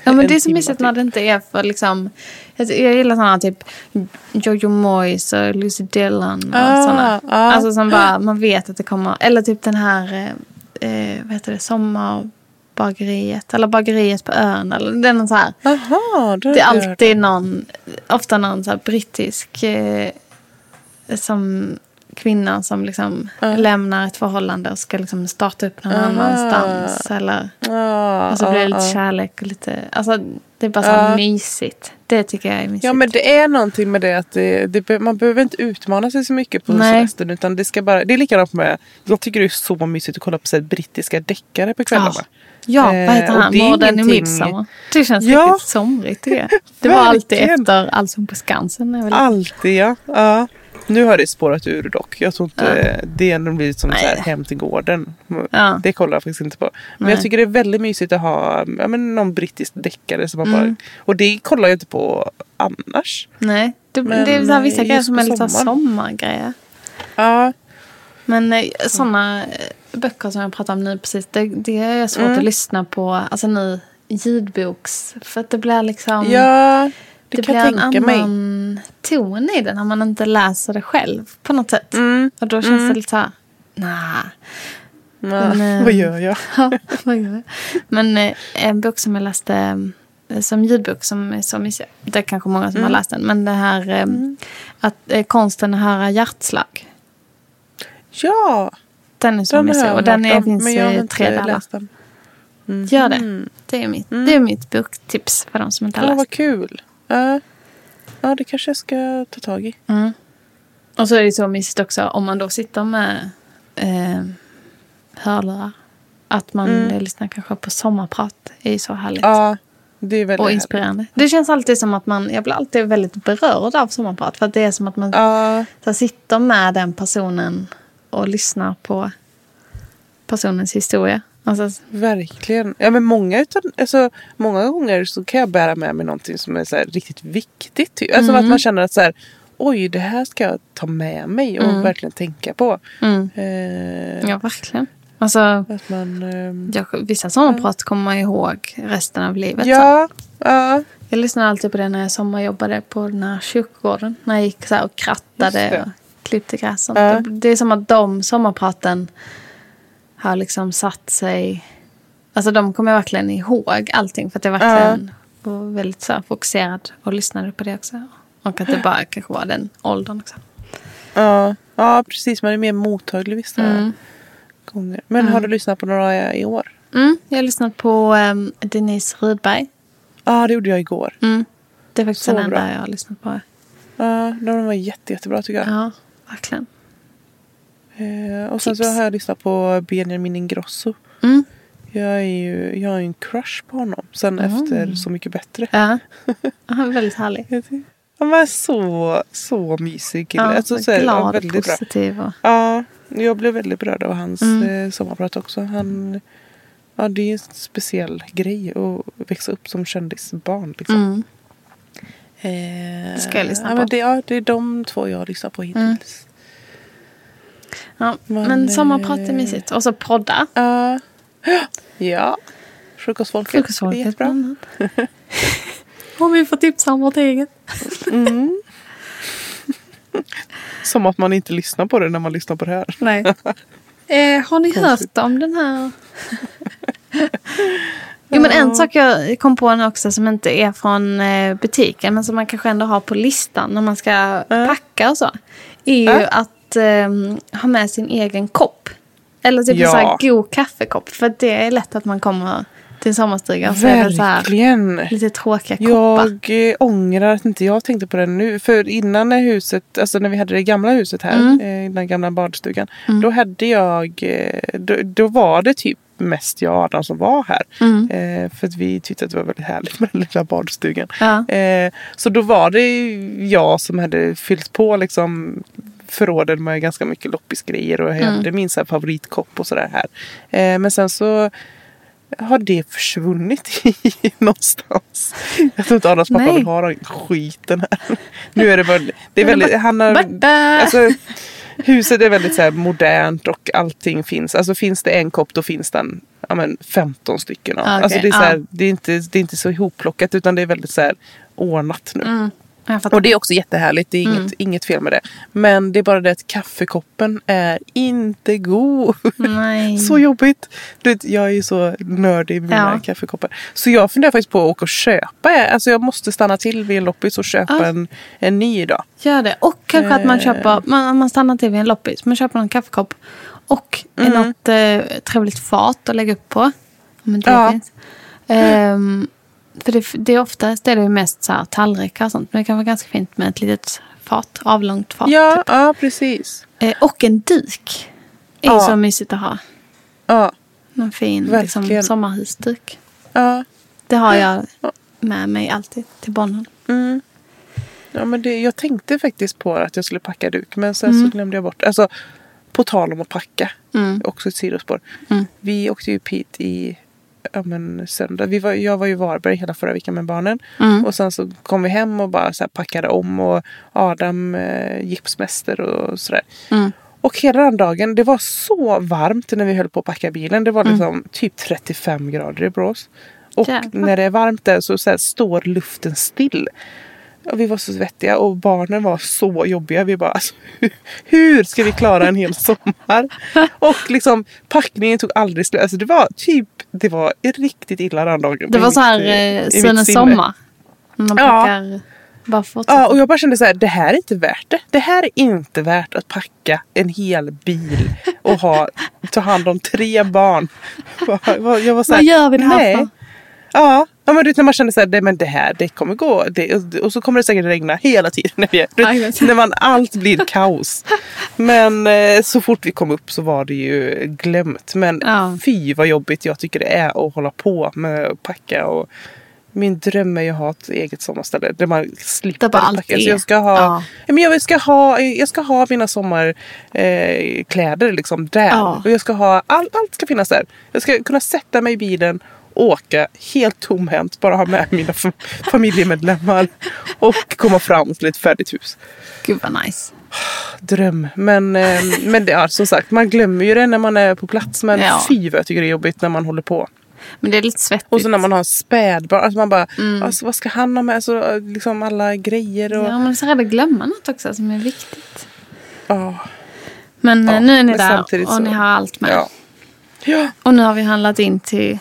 Speaker 2: ja, men
Speaker 1: en
Speaker 2: Det är så
Speaker 1: timma
Speaker 2: mysigt när
Speaker 1: typ.
Speaker 2: det inte är för liksom... Jag, jag gillar sådana typ Jojo Moyes och Lucy Dillon och
Speaker 1: Ah,
Speaker 2: sådana.
Speaker 1: ah.
Speaker 2: Alltså som bara, man vet att det kommer... Eller typ den här, eh, eh, vad heter det, Sommarbageriet. Eller Bageriet på ön. Eller, det är någon så här.
Speaker 1: Jaha, då
Speaker 2: Det är
Speaker 1: har jag hört.
Speaker 2: alltid någon, ofta någon så här brittisk eh, som kvinna som liksom lämnar ett förhållande och ska liksom starta upp någon annanstans. Eller,
Speaker 1: Ja,
Speaker 2: och så blir
Speaker 1: ja,
Speaker 2: Alltså, det lite
Speaker 1: ja.
Speaker 2: kärlek och lite, alltså det är bara så här mysigt. Det tycker jag är mysigt.
Speaker 1: Ja men det är någonting med det att det, det, be- man behöver inte utmana sig så mycket på
Speaker 2: Nej.
Speaker 1: semestern. Utan det, ska bara, det är likadant med, jag tycker det är så mysigt att kolla på så här, brittiska deckare på kvällarna.
Speaker 2: Ja. Ja,
Speaker 1: Eh,
Speaker 2: vad heter
Speaker 1: och
Speaker 2: han?
Speaker 1: det är
Speaker 2: Morden i
Speaker 1: ingenting-
Speaker 2: midsommar. Det känns
Speaker 1: Ja.
Speaker 2: riktigt somrigt tycker jag. Det var alltid
Speaker 1: Verkligen.
Speaker 2: efter Allsång på Skansen. när jag var liten.
Speaker 1: Alltid ja. ja. Nu har det spårat ur dock. Jag tror inte det har blivit som så här,
Speaker 2: Nej.
Speaker 1: hem till gården.
Speaker 2: Ja.
Speaker 1: Det kollar jag faktiskt inte på. Men
Speaker 2: Nej.
Speaker 1: jag tycker det är väldigt mysigt att ha ja, men någon brittisk deckare. Som man bara,
Speaker 2: Mm.
Speaker 1: och det kollar jag inte på annars.
Speaker 2: Nej, det,
Speaker 1: Men,
Speaker 2: det är så här vissa
Speaker 1: eh,
Speaker 2: grejer
Speaker 1: just
Speaker 2: som
Speaker 1: på
Speaker 2: är lite så här
Speaker 1: sommaren.
Speaker 2: sommargrejer.
Speaker 1: Ja.
Speaker 2: Men eh,
Speaker 1: Mm.
Speaker 2: såna eh, böcker som jag pratar om nu precis, det, det är svårt att lyssna på alltså, nu ljudboks... För att det blir liksom...
Speaker 1: Ja, det,
Speaker 2: det
Speaker 1: kan
Speaker 2: blir
Speaker 1: jag
Speaker 2: en
Speaker 1: tänka mig.
Speaker 2: annan ton i den när man inte läser det själv på något sätt.
Speaker 1: Mm.
Speaker 2: Och då känns det lite så här... Nah.
Speaker 1: Ja,
Speaker 2: Men, eh,
Speaker 1: Vad gör jag?
Speaker 2: Ja, vad gör jag? Men eh, en bok som jag läste eh, som ljudbok som är så mysig. Det är kanske många som
Speaker 1: Mm.
Speaker 2: har läst den. Men det här eh, att eh, konsten att höra hjärtslag.
Speaker 1: Ja,
Speaker 2: Den är så
Speaker 1: den har
Speaker 2: mysig.
Speaker 1: jag
Speaker 2: Och den
Speaker 1: hört
Speaker 2: är,
Speaker 1: om,
Speaker 2: finns
Speaker 1: men jag har
Speaker 2: i
Speaker 1: inte
Speaker 2: tre delar.
Speaker 1: läst den. Mm.
Speaker 2: Gör det. Det är mitt, det är mitt boktips för de som inte har
Speaker 1: Åh,
Speaker 2: läst.
Speaker 1: vad kul. Ja. ja, det kanske jag ska ta tag i.
Speaker 2: Och så är det så mysigt också om man då sitter med eh, hörlurar. Att man eh, lyssnar kanske på sommarprat. Det är ju så härligt.
Speaker 1: Ja, det är väldigt
Speaker 2: och
Speaker 1: härligt.
Speaker 2: inspirerande. Det känns alltid som att man, jag blir alltid väldigt berörd av sommarprat. För att det är som att man
Speaker 1: Ja,
Speaker 2: så här, sitter med den personen och lyssnar på personens historia. Alltså,
Speaker 1: verkligen. Ja, men många, utan, alltså, många gånger så kan jag bära med mig någonting som är så här, riktigt viktigt. typ. Alltså att
Speaker 2: Mm.
Speaker 1: man känner att så här, oj, det här ska jag ta med mig och verkligen tänka på.
Speaker 2: mm,
Speaker 1: Eh,
Speaker 2: ja, verkligen. Alltså,
Speaker 1: Att man... ehm,
Speaker 2: jag, vissa sommarprat kommer man ihåg resten av livet. så.
Speaker 1: ja, ja,
Speaker 2: Jag lyssnade alltid på det när jag sommarjobbade på den här kyrkogården. När jag gick så här och krattade
Speaker 1: Just det.
Speaker 2: och klippte gräs. och sånt.
Speaker 1: Ja.
Speaker 2: Det, det är som att de sommarpraten har liksom satt sig... Alltså de kommer jag verkligen ihåg allting. För att jag verkligen var väldigt så här fokuserad och lyssnade på det också. Och att det bara kanske var den åldern också.
Speaker 1: ja, ja, precis. Man är mer mottaglig vissa gånger. Men har du lyssnat på några i år?
Speaker 2: Mm, jag har lyssnat på um, Denise Rydberg.
Speaker 1: Ja, det gjorde jag igår.
Speaker 2: Mm. Det är faktiskt
Speaker 1: Så
Speaker 2: den enda
Speaker 1: bra.
Speaker 2: jag har lyssnat på.
Speaker 1: Ja, de var jätte, jättebra tycker jag.
Speaker 2: Ja, verkligen.
Speaker 1: Eh, och sen så
Speaker 2: Tips.
Speaker 1: har jag lyssnat på Benjamin Ingrosso.
Speaker 2: Mm.
Speaker 1: Jag är ju jag har ju en crush på honom sen
Speaker 2: Mm.
Speaker 1: efter Så mycket bättre.
Speaker 2: Ja, Han är väldigt härlig.
Speaker 1: Han var så, så mysig kille. alltså, så här,
Speaker 2: glad
Speaker 1: väldigt
Speaker 2: och
Speaker 1: bra.
Speaker 2: positiv. Och,
Speaker 1: Ja, jag blev väldigt berörd av hans
Speaker 2: Mm.
Speaker 1: eh, sommarprat också. Han, ja, det är ju en speciell grej att växa upp som kändisbarn. Liksom.
Speaker 2: mm.
Speaker 1: Eh,
Speaker 2: Det ska jag lyssna
Speaker 1: ja,
Speaker 2: på.
Speaker 1: Men det, ja, det är de två jag har lyssnat på hittills.
Speaker 2: ja,
Speaker 1: Men,
Speaker 2: men, sommarprat är
Speaker 1: eh,
Speaker 2: mysigt. Och så podda.
Speaker 1: Ja. ja. Frukostfolket. Det är
Speaker 2: Frukostfolket
Speaker 1: jättebra.
Speaker 2: bland annat. Om vi får tipsa om vårt eget. Mm.
Speaker 1: Mm. Som att man inte lyssnar på det när man lyssnar på det här.
Speaker 2: Nej. eh, har ni hört om den här? jo, men en sak jag kom på nu också som inte är från eh, butiken men som man kanske ändå har på listan när man ska packa och så. Är ju att eh, ha med sin egen kopp. Eller typ
Speaker 1: Ja.
Speaker 2: en sån här god kaffekopp. För det är lätt att man kommer till en sommarstuga och så är det så här
Speaker 1: Verkligen.
Speaker 2: lite tråkiga koppar.
Speaker 1: Jag eh, ångrar att inte jag tänkte på det nu. För innan när huset, alltså när vi hade det gamla huset här, eh, den gamla badstugan. Då hade jag, eh, då, då var det typ mest jag och Adam som var här. Eh, för att vi tyckte att det var väldigt härligt med den lilla badstugan.
Speaker 2: Ja.
Speaker 1: Eh, så då var det ju jag som hade fyllt på liksom förråden med ganska mycket loppisgrejer och jag hade min så här favoritkopp och sådär här. Eh, men sen så har det försvunnit i någonstans. Jag tror inte Adams pappa
Speaker 2: Nej.
Speaker 1: vill ha den skiten här. Nu är det väl, det är
Speaker 2: Men
Speaker 1: väldigt,
Speaker 2: bara-
Speaker 1: han har,
Speaker 2: borta.
Speaker 1: alltså, huset är väldigt så här modernt och allting finns. Alltså finns det en kopp då finns den ja, men 15 stycken. av.
Speaker 2: Ja, okej.
Speaker 1: Alltså, det, är så här,
Speaker 2: Ja.
Speaker 1: det, är inte, det är inte så ihopplockat utan det är väldigt så här ordnat nu.
Speaker 2: Jag fattar.
Speaker 1: Mm. Och det är också jättehärligt, det är inget, inget fel med det. Men det är bara det att kaffekoppen är inte god.
Speaker 2: Nej.
Speaker 1: Så jobbigt. Du vet, jag är ju så nördig med mina
Speaker 2: Mm. Ja.
Speaker 1: kaffekoppar. Så jag funderar faktiskt på att åka och köpa. Alltså jag måste stanna till vid en loppis och köpa
Speaker 2: Ja.
Speaker 1: en, en ny idag.
Speaker 2: Gör det. Och kanske att man
Speaker 1: Eh.
Speaker 2: köper, man, man stannar till vid en loppis, man köper en kaffekopp och
Speaker 1: Mm.
Speaker 2: något eh, trevligt fat att lägga upp på. Om det
Speaker 1: Ja.
Speaker 2: finns. Ehm, för det, det är oftast är det ju mest så här, tallrikar och sånt, men det kan vara ganska fint med ett litet fat, avlångt fat.
Speaker 1: Ja, ja precis.
Speaker 2: Eh, och en duk är
Speaker 1: Ja.
Speaker 2: ju så mysigt att ha.
Speaker 1: Ja,
Speaker 2: Någon fin liksom,
Speaker 1: Verkligen.
Speaker 2: sommarhusduk.
Speaker 1: ja.
Speaker 2: Det har jag med mig alltid till Bornholm.
Speaker 1: ja men det, jag tänkte faktiskt på att jag skulle packa duk men sen så glömde jag bort. Alltså på tal om att packa. Också ett sidospår. Vi åkte ju upp hit i ja, men söndag. Vi var, jag var ju i Varberg hela förra veckan med barnen. Och sen så kom vi hem och bara så här packade om och Adam eh, gipsmäster och sådär. Och hela den dagen, det var så varmt när vi höll på att packa bilen. Det var liksom typ 35 grader i Borås. Och
Speaker 2: Jävlar.
Speaker 1: när det är varmt där så, så här, står luften still. Och vi var så svettiga och barnen var så jobbiga. Vi bara, alltså, hur, hur ska vi klara en hel sommar? Och liksom packningen tog aldrig slut. Alltså det var typ, det var riktigt illa den dagen.
Speaker 2: Det var
Speaker 1: I
Speaker 2: så här
Speaker 1: mitt, i
Speaker 2: eh,
Speaker 1: mitt
Speaker 2: Svenens
Speaker 1: sinne.
Speaker 2: sommar. När man
Speaker 1: Ja.
Speaker 2: packar bara fortsätter.
Speaker 1: Ja, och jag bara kände så här, det här är inte värt det. Det här är inte värt att packa en hel bil och ha, ta hand om tre barn. Jag var- Jag var så här,
Speaker 2: Vad gör vi det här
Speaker 1: nej.
Speaker 2: för?
Speaker 1: Ja, ja men du vet när man känner så här, nej men det här det kommer gå. Det, och- och så kommer det säkert regna hela tiden. När, vi, är- du,
Speaker 2: Ja, jag
Speaker 1: vet,
Speaker 2: vet.
Speaker 1: när man allt blir kaos. Men eh, så fort vi kom upp så var det ju glömt. Men
Speaker 2: Ja.
Speaker 1: fy vad jobbigt jag tycker det är att hålla på med att packa. Och, min dröm är ju att ha ett eget sommarställe där man slipper
Speaker 2: Där bara allt
Speaker 1: packa. Så
Speaker 2: är.
Speaker 1: alltså jag, ska ha,
Speaker 2: Ja.
Speaker 1: ja. men jag, ska ha, jag ska ha mina sommarkläder eh, kläder liksom där.
Speaker 2: Ja.
Speaker 1: Och jag ska ha, all, allt ska finnas där. Jag ska kunna sätta mig i bilen åka helt tomhänt, bara ha med mina fam- familjemedlemmar och komma fram till ett färdigt hus.
Speaker 2: Gud vad nice.
Speaker 1: Dröm. Men, eh, men det är som sagt, man glömmer ju det när man är på plats. Men
Speaker 2: Ja.
Speaker 1: fy vad jag tycker det är jobbigt när man håller på.
Speaker 2: Men det är lite svettigt.
Speaker 1: Och så när man har spädbarn, alltså man bara, alltså, vad ska han ha med? Alltså, eh, liksom alla grejer och...
Speaker 2: Mm. Ja,
Speaker 1: Ja.
Speaker 2: man är så rädd att glömma något också som är viktigt.
Speaker 1: Ja.
Speaker 2: Men eh, nu är ni
Speaker 1: men
Speaker 2: där
Speaker 1: samtidigt
Speaker 2: och
Speaker 1: så-
Speaker 2: ni har allt med.
Speaker 1: ja.
Speaker 2: Och nu har vi handlat in till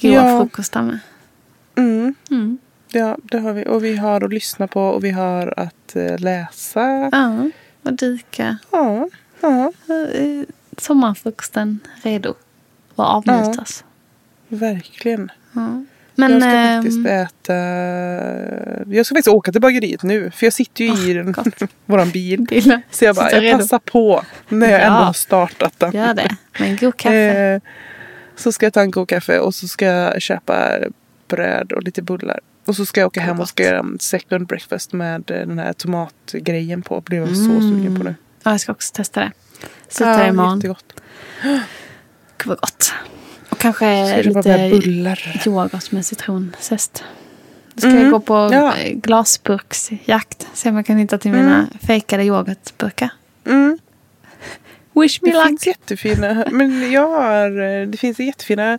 Speaker 2: goda
Speaker 1: Ja.
Speaker 2: frukostar med.
Speaker 1: Mm.
Speaker 2: Mm.
Speaker 1: ja, det har vi. Och vi har att lyssna på och vi har att eh, läsa.
Speaker 2: Ja, och dyka.
Speaker 1: Ja. ja,
Speaker 2: Eh, Sommarfrukosten redo och avnjutas.
Speaker 1: verkligen.
Speaker 2: Ja. Men...
Speaker 1: jag ska faktiskt
Speaker 2: ehm,
Speaker 1: äta... Jag ska faktiskt åka till bageriet nu för jag sitter ju i den, våran bil.
Speaker 2: Dilla,
Speaker 1: Så jag bara,
Speaker 2: sitta
Speaker 1: jag
Speaker 2: redo.
Speaker 1: passar på när jag
Speaker 2: Ja.
Speaker 1: ändå har startat den.
Speaker 2: Gör det. Men god kaffe.
Speaker 1: Eh, så ska jag ta en kopp kaffe och så ska jag köpa bröd och lite bullar. Och så ska jag åka hem och ska göra en second breakfast med eh, den här tomatgrejen på. Blev jag
Speaker 2: Mm.
Speaker 1: så sugen på nu.
Speaker 2: Ja, jag ska också testa det. Slutar imorgon.
Speaker 1: jättegott.
Speaker 2: Gud vad gott. Och kanske
Speaker 1: Ska jag köpa med
Speaker 2: lite
Speaker 1: bullar.
Speaker 2: yoghurt med citronzest. Då ska
Speaker 1: Mm.
Speaker 2: jag gå på
Speaker 1: Ja.
Speaker 2: eh, glasburksjakt. Se om jag kan hitta till mina fejkade yoghurtburkar.
Speaker 1: Mm.
Speaker 2: Wish me
Speaker 1: Det
Speaker 2: luck.
Speaker 1: finns jättefina. Men jag har, eh, det finns jättefina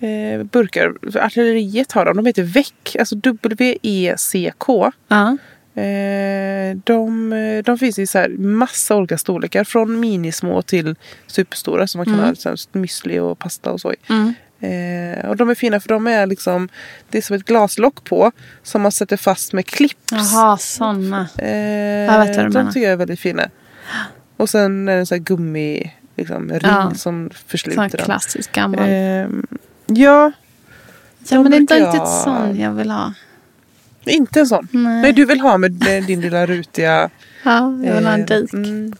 Speaker 1: eh, burkar. Artilleriet har dem. De heter Veck. Alltså W-E-C-K.
Speaker 2: Ja.
Speaker 1: Eh, de, eh, de finns i så här massa olika storlekar. Från minismå till superstora. Så man kan ha så här müsli och pasta och så i.
Speaker 2: Mm.
Speaker 1: Eh, och de är fina för de är liksom, det är som ett glaslock på som man sätter fast med clips.
Speaker 2: Jaha, såna.
Speaker 1: Eh,
Speaker 2: jag vet vad du
Speaker 1: de
Speaker 2: menar.
Speaker 1: tycker jag är väldigt fina. Och sen är det en så här gummi liksom, ring
Speaker 2: Ja.
Speaker 1: som
Speaker 2: Sån
Speaker 1: försluter den.
Speaker 2: klassisk gammal.
Speaker 1: Ehm, ja,
Speaker 2: ja, men det är inte
Speaker 1: brukar
Speaker 2: riktigt
Speaker 1: jag-
Speaker 2: sån jag vill ha.
Speaker 1: inte en sån.
Speaker 2: Nej.
Speaker 1: Nej, du vill ha med eh, din lilla rutiga...
Speaker 2: Ja, jag vill ha en
Speaker 1: eh,
Speaker 2: dyk.
Speaker 1: mm.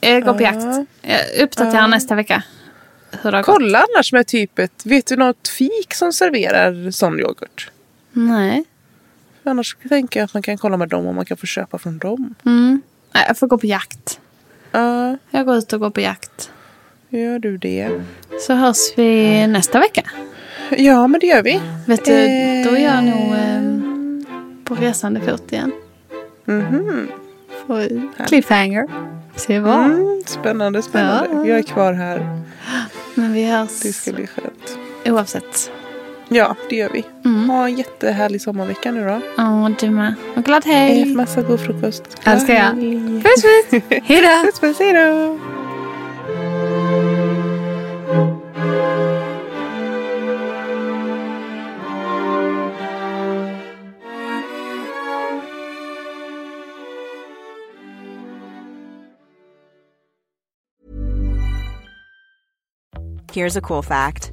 Speaker 2: Jag går på
Speaker 1: Ja.
Speaker 2: jakt. Jag uppdaterar
Speaker 1: Ja.
Speaker 2: nästa vecka. Hur det har gått.
Speaker 1: Kolla annars med typ ett, vet du något fik som serverar sån yoghurt?
Speaker 2: Nej.
Speaker 1: Annars tänker jag att man kan kolla med dem om man kan få köpa från dem.
Speaker 2: Mm. Nej, Jag får gå på jakt.
Speaker 1: Ja,
Speaker 2: Jag går ut och går på jakt.
Speaker 1: gör du det?
Speaker 2: Så hörs vi
Speaker 1: Mm.
Speaker 2: nästa vecka.
Speaker 1: Ja, men det gör vi. Ehm,
Speaker 2: Vet du, då är jag nog eh, på resande fot igen. mm Cliffhanger. Se vad.
Speaker 1: Mm, spännande, spännande.
Speaker 2: Ja.
Speaker 1: Jag är kvar här.
Speaker 2: Men vi hörs
Speaker 1: Det ska bli skönt.
Speaker 2: oavsett.
Speaker 1: Ja, det gör vi. Ha en jättehärlig sommarvecka nu då.
Speaker 2: Ja, du med. Och glad
Speaker 1: Ät
Speaker 2: helg.
Speaker 1: massa god frukost.
Speaker 2: Ja, det ska jag.
Speaker 1: Hej.
Speaker 2: Puss puss. Hej då.
Speaker 1: Puss, puss. Hej då.
Speaker 3: Here's a cool fact